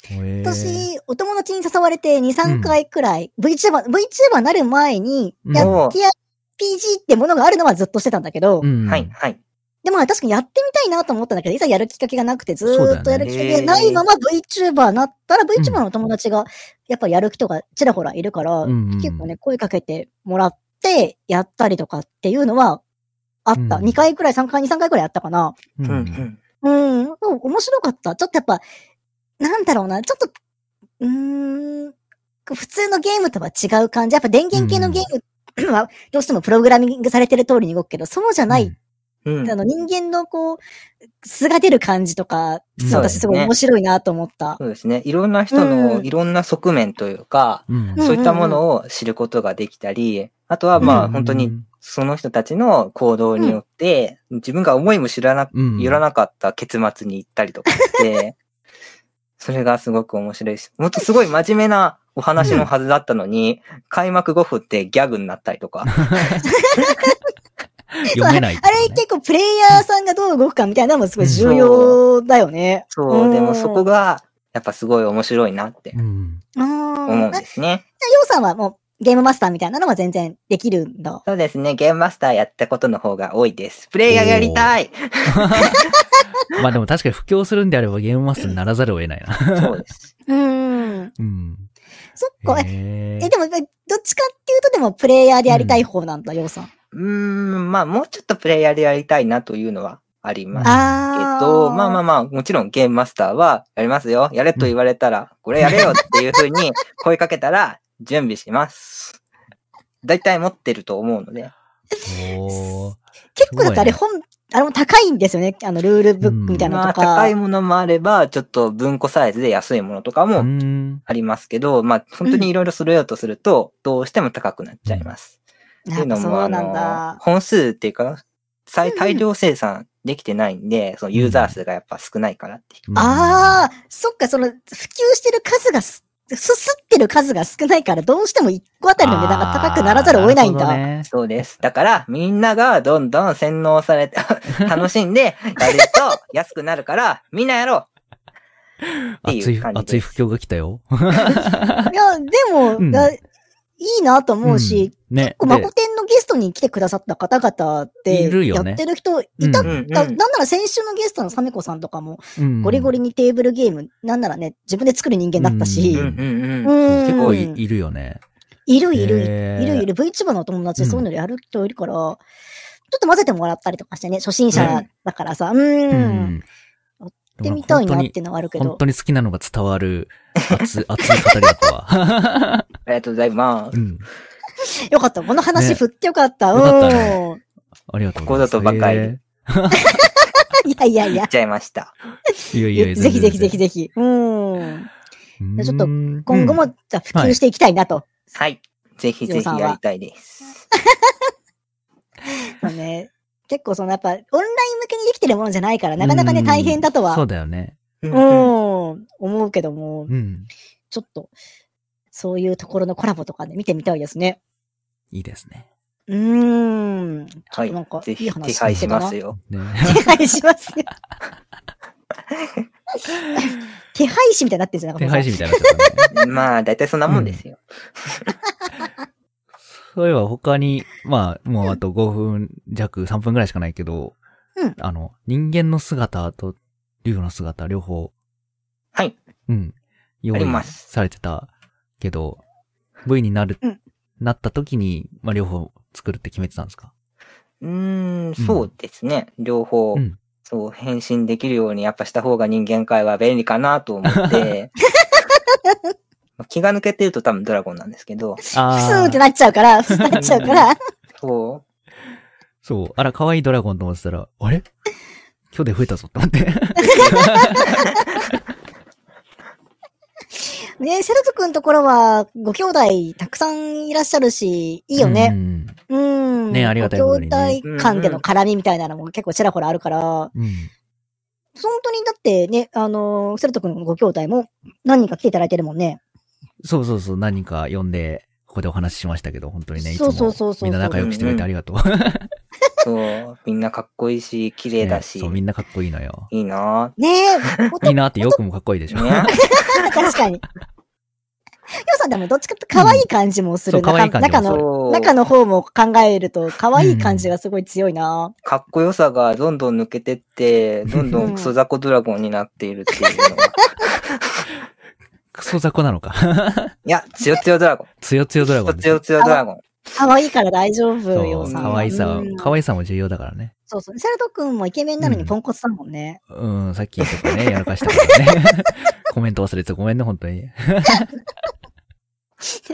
A: へー
B: 私、お友達に誘われて2、3回くらい、VTuber、VTuber になる前に、
A: うん
B: や
C: おう
B: TRPG ってものがあるのはずっとしてたんだけど、
A: うん
C: はい、はい。
B: でも確かにやってみたいなと思ったんだけど、いざやるきっかけがなくて、ず
A: そうだよ
B: ー
A: ね
B: っとやるきっかけがないまま VTuber になったら、VTuber の友達が、やっぱやる人がちらほらいるから、
A: うん
B: 結構ね、声かけてもらって、やったりとかっていうのは、あった。
A: うん
B: 2回くらい、3回、2、3回くらいやったかな。
A: う
C: うんん、うん。
B: うん、面白かった。ちょっとやっぱ、なんだろうな、ちょっと、うーん、普通のゲームとは違う感じ。やっぱ電源系のゲームは、どうしてもプログラミングされてる通りに動くけど、そうじゃない、
C: うん
B: あの人間のこう、素が出る感じとか、
A: うん
B: 私すごい面白いなと思った。
C: そうですね。いろんな人の
B: うん
C: いろんな側面というか、
A: うん
B: うん
C: そういったものを知ることができたり、あとはまあ本当に、その人たちの行動によって、自分が思いも知らな、
A: うん
C: よらなかった結末に行ったりとかして、 それがすごく面白いし、もっとすごい真面目なお話のはずだったのに、開幕5分ってギャグになったりとか、
A: 読めないって
B: あ
A: こ
B: れ
A: とね。
B: 結構プレイヤーさんがどう動くかみたいなのもすごい重要だよね。
C: そう、
B: ん
C: でもそこが、やっぱすごい面白いなって
A: うん。
B: うん。
C: 思うん
B: な
C: で、すね。
B: ようさんはもうゲームマスターみたいなのは全然できるんだ。
C: そうですね、ゲームマスターやったことの方が多いです。プレイヤーやりたい
A: まあでも確かに布教するんであればゲームマスターにならざるを得ないな。
C: そうです。
B: うん。
A: うん。
B: そっか。え、
A: へー
B: えでも、えどっちかっていうと、でも、プレイヤーでやりたい方なんだ、ようさん。
C: うーん、まあもうちょっとプレイヤーでやりたいなというのはあります
B: あ
C: け
B: ー
C: ど、まあまあまあ、もちろんゲームマスターはやりますよ。やれと言われたら、これやれよっていうふうに 声かけたら準備します。大体持ってると思うので。
A: おー
B: 結構だってあれ
A: す
B: 本、あれも高いんですよね。あの、ルールブックみたいな
C: ま
B: の
C: あ
B: とか。
C: 高いものもあれば、ちょっと文庫サイズで安いものとか
A: う
C: も
A: ん。
C: ありますけど、まあ本当にいろいろ揃えようとすると、どうしても高くなっちゃいます。って
B: や
C: い
B: っ
C: う
B: ぱ
C: の
B: そ
C: も、
B: う
C: あ
B: なん
C: の
B: だ、。
C: 本数っていうか、
B: う
C: 最
B: んうん
C: 大量生産できてないんで、そのユーザー数がやっぱ少ないからっていう
B: ああ、そっか、その、普及してる数がす、すすってる数が少ないから、どうしても一個あたりの値段が高くならざるを得ないんだ。
A: あーるほどね
C: そうです。だから、みんながどんどん洗脳されて、 楽しんで、やると安くなるから、みんなやろうって
A: 熱
C: い、
A: いう
C: 感じ
A: 熱い
C: で
A: 布
C: す。
A: 教が来たよ。
B: いや、でも、
A: うん
B: いやいいなと思うし、
A: うん、ね。
B: こうマコテンのゲストに来てくださった方々って、
A: いるよ
B: やっ
A: ね
B: てる人いた、
A: うん
B: だなんなら先週のゲストのサメコさんとかも、ゴリゴリ
A: に。
B: にテーブルゲーム、なんならね、自分で作る人間だったし、
A: う
C: うん
B: う
C: んうんうん。
A: そう
B: ー
A: 結構
B: ん、
A: いいるよね。
B: いるいる、
A: へー
B: いるいる、VTuber のお友達でそういうのやる人いるから、ちょっと混ぜてもらったりとかしてね、初心者だからさ、うーん、やっ
A: やって
B: みたいなっていうのはあるけ
A: 本
B: ど
A: 当、に好きなのが伝わる熱、熱い 語りだったわ。
C: ありがとうございます
A: う。ん。
B: よかった、この話
A: ね
B: 振ってよかった、
A: よかった
B: うん。
A: ありがとう
C: こ
A: ございま
C: こだ
A: す。
C: とばかり
A: え
B: いやいやいや
C: 言っ。ちゃいました。
A: いやいやいや
B: ぜひぜひぜひぜひ。うん。
A: ひ
B: ちょっと今後もじゃあ普及していきたいなと。
C: はい。ぜひぜ
B: ジョーさん
C: ひ
B: は
C: やりたいです。
B: そうね。結構そのやっぱオンライン向けにできてるものじゃないから、なかなかね大変だとは、
A: そううだよね。
C: うん
B: ん、
C: うん
B: 思うけども、
A: うん。
B: ちょっと、そういうところのコラボとかね、見てみたいですね。
A: いいですね。
B: うーん。
C: は
B: なんか
C: い。ぜ
B: いい
C: ひ
B: 話
C: 手配しますよ。
A: ね
B: 手配します よ。手配師みたいになってるじゃん。なんか
A: 手
B: もうさ
A: 配師みたいになっちゃったね。
C: まあ、だいたいそんなもんですよ。
A: そういえば他に、まあ、もうあと5分弱、3分ぐらいしかないけど、
B: うん
A: あの、人間の姿と竜の姿、両方。
C: はい。
A: うん。用
C: あり
A: 意
C: ます
A: されてたけど、V になる、
B: うん
A: なった時に、まあ、両方作るって決めてたんですか
C: うーん、そうですね。両方
A: う、ん。
C: そう、変身できるようにやっぱした方が人間界は便利かなと思って、まあ気が抜けてると多分ドラゴンなんですけど、
B: ふす
A: あ
B: んって
A: ー。
B: なっちゃうから、ふすんってなっちゃう から、
C: そう、
A: そう。あら、可愛いドラゴンと思ってたら、あれ今日で増えたぞって思って。
B: ねセルト君のところは、ご兄弟たくさんいらっしゃるし、い
A: い
B: いよ
A: う
B: ね。
A: ん。
B: うん。
A: ねありがたいこ
B: ご
A: とに
B: 兄
A: ね
B: 弟間での絡みみたいなのも結構ちらほらあるから、本
A: うん。
B: 当にだってね、あのー、セルト君のご兄弟も何人か来ていただいてるもんね。
A: そうそうそう、何人か呼んで、ここでお話ししましたけど、本当にね、いつ
B: そうそうそう
A: も
B: そう
A: みんな仲良くしてくれてありがとう。
C: そう、みんなかっこいいし、綺麗だし、
A: そう、みんなかっこいいのよ。
C: いいな
B: ねえ、ほんと
A: いいなってよくもかっこいいでしょ。
C: ぁ。ね
B: 確かに。ようさんでもどっちかって可愛い感じもする。
A: うんそう可愛い感じも
B: 中
A: する
B: の、
C: そう
B: 中の方も考えると可愛い感じがすごい強いな。
C: かっこよさがどんどん抜けてって、どんどんクソザコドラゴンになっているっていう のは。
A: クソ雑魚なのか。
C: いや、つよつよドラゴン。
A: つよつよドラゴンです
C: つよつよドラゴン。
B: 可愛いから大丈夫
A: そ
B: よ、
A: う、
B: さん
A: 可
B: は
A: 愛さ
B: う、ん
A: 可愛さも重要だからね。
B: そうそう。セラト君もイケメンなの
A: う
B: に
A: ん
B: ポンコツだもんね。
A: うん、さっきちょっとね、やらかしたからね。 コメント忘れてごめんね、本当に。
B: い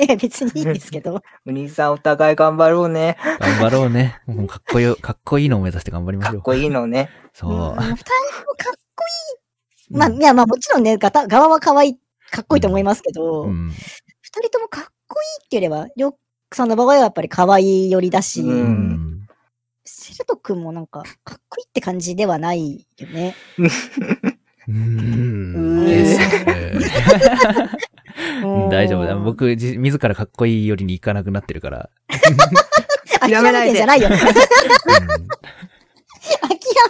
B: や、別にいいんですけど。
C: お兄さんお互い頑張ろうね。
A: 頑張ろうね。もうかっこよ、かっこいいのを目指して頑張りま
C: か
A: しょ
C: っ
A: う。
C: こいいのね。
A: そ
B: うん二人とも
A: う。
B: かっこいい。まあ、いや、まあもちろんね、がた側は可愛い、かっこいいと思いますけど、
A: う
B: 二
A: ん。
B: 人ともかっこいいって言えば、りょうさんの場合はやっぱり可愛い寄りだし、
A: う
C: うん
A: ん。
B: セルト君もなんか、かっこいいって感じではないよね。
A: うん。
C: うー
A: ですね大丈夫だ。
B: うん、
A: 僕、自自らかっこいいよりにいかなくなってるから。
B: 諦めてんじゃないよ。諦
A: うん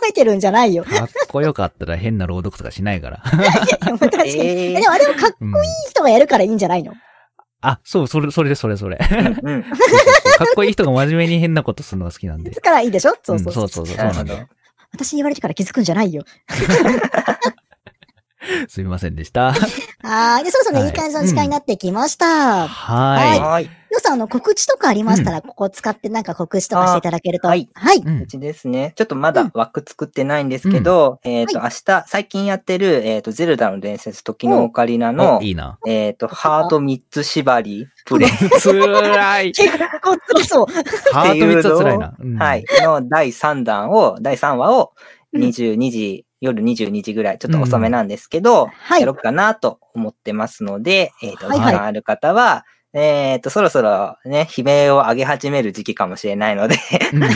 B: めてるんじゃないよ。
A: かっこよかったら変な朗読とかしないから。
B: いやもう確かに。
C: え
B: え
C: え
B: でもあれもかっこ
A: うん
B: いい人がやるからいいんじゃないの
A: あ、そう、それ、それで、それ、そ れ。
C: うんうん。
A: そうそうそうかっこいい人が真面目に変なことするのが好きなんで
B: だ。からいいでしょそうそううんそ
A: そうう。そうそう。そう
C: なる
A: な
C: ほ
A: ん
C: ど
A: だよ。
B: 私に言われてから気づくんじゃないよ。
A: すみませんでした。
B: あーで、そろそろ
A: は
B: ね
A: い
B: いい感じの時間になってきまし
A: は
B: た。
C: はい。
B: よさん、あの、告知とかありましたら、ここ使ってなんか告知とかしていただけると。
C: あは
B: はいい。
A: い。うん
C: うちですね。ちょっとまだ枠作ってないんですけど、えっと、明日、最近やってる、えっと、ゼルダの伝説、時のオカリナの
A: お、いいな。
C: えっと、ハート3つ縛り、プレイ。
A: つらい。
B: 結構つらそう。
A: ハート3つはつらいな。うん
C: はい。。の第3弾を、第3話を22時、夜22時ぐらい、ちょっと遅めなんですけど、
B: はい
C: やろうかなと思ってますので、えっ、と、
B: はい
C: 時
A: はい
C: 間ある方は、えっ、と、そろそろね、悲鳴を上げ始める時期かもしれないので、
A: うん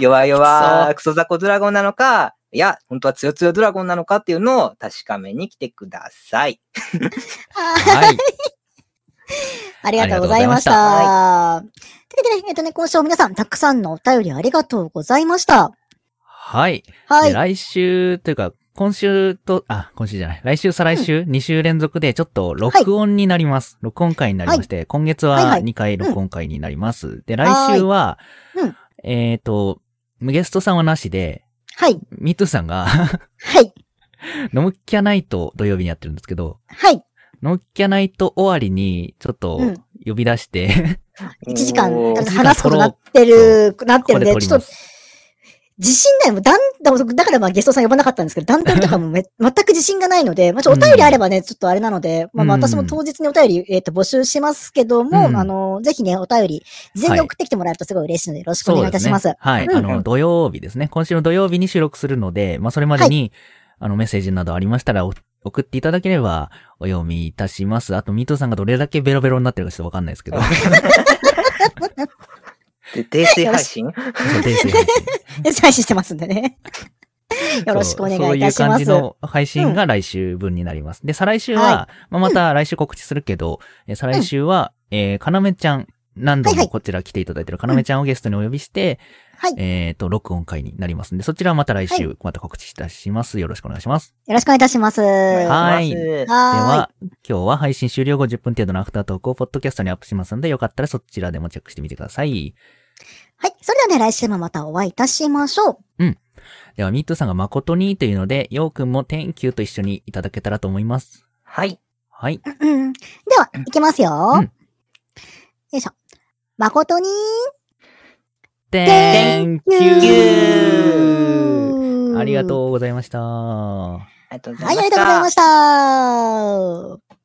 C: 弱
A: くそ
C: 々クソザコドラゴンなのか、いや、本当は強強ドラゴンなのかっていうのを確かめに来てください。
B: あー
A: はい。
B: ありがとうございました。というわけで、えっとね、今週も皆さん、たくさんのお便りありがとうございました。
A: はい。
B: は
A: で
B: い。
A: 来週というか、今週と、あ、今週じゃない。来週、再来週、2週連続でちょっと録音になります。録音会になりまして、今月
B: はい
A: は
B: はい
A: 2回録音会になります。で、来週は、
B: ーいうん
A: えっ、と、ゲストさんはなしで、
B: はい。
A: ミトゥさんが、
B: はい。
A: ノムキャナイト土曜日にやってるんですけど、
B: はい。
A: ノムキャナイト終わりに、ちょっと
B: うん
A: 呼び出して、
B: 1時間
C: おー
A: 時間
B: 話すことになってる、なっ
A: こ
B: て
A: こ
B: るん
A: で
B: で、
A: 撮り
B: ちょ
A: ま
B: っと、
A: す。
B: 自信ない。もうだん、だからだからまあゲストさん呼ばなかったんですけど、段々とかもめ全く自信がないので、まあちょお便りあればね、ちょっとあれなので、まあまあ
A: うん
B: 私も当日にお便り、えっ、と、募集しますけど
A: う
B: も、
A: ん
B: あの、ぜひね、お便り、事前に送ってきてもらえるとすごい嬉しいので、よろしくお願いいたします。
A: そうですね、はい。
B: うん
A: あの、土曜日ですね。今週の土曜日に収録するので、まあ、それまでに、あの、メッセージなどありましたら、お送っていただければ、お読みいたします。あと、ミートさんがどれだけベロベロになってるかちょっとわかんない ですけど。
C: で、訂正配信
A: そう訂正配信
B: で採取してますんでね。よろしくお願いい
A: そうそうい
B: たし
A: う感
B: ま
A: じ
B: す。
A: の配信が来週分になります。で、再来週は、
B: は
A: まあ、また来週告知するけど、え再来週は、えー、かなめちゃん、何度
B: はいは
A: も
B: い
A: こちら来ていただいてるかなめちゃんをゲストにお呼びして、
B: はい
A: えっ、と、録音会になりますんで、そちらはまた来週、また告知いたします。よろしくお願いします。
B: よろしくお願いいたします。は
A: はい
C: お願
A: で
C: します
B: は
A: は、今日は配信終了後10分程度のアフタートークをポッドキャストにアップしますので、よかったらそちらでもチェックしてみてください。
B: い。はい。それではね、来週もまたお会いいたしましょう。
A: では、ミットさんが誠にというので、ようくんも Thank you と一緒にいただけたらと思います。
C: はい。
A: はい。
B: うんでは、いきますよ。
A: うん
B: よいしょ。誠に、
A: Thank
C: you
A: you! ありが
B: う。
A: とうございました。
C: ありがとうご
B: はい、
C: ざい
B: あ
C: ま
B: りがと
C: し
B: うございま。
C: た
B: した。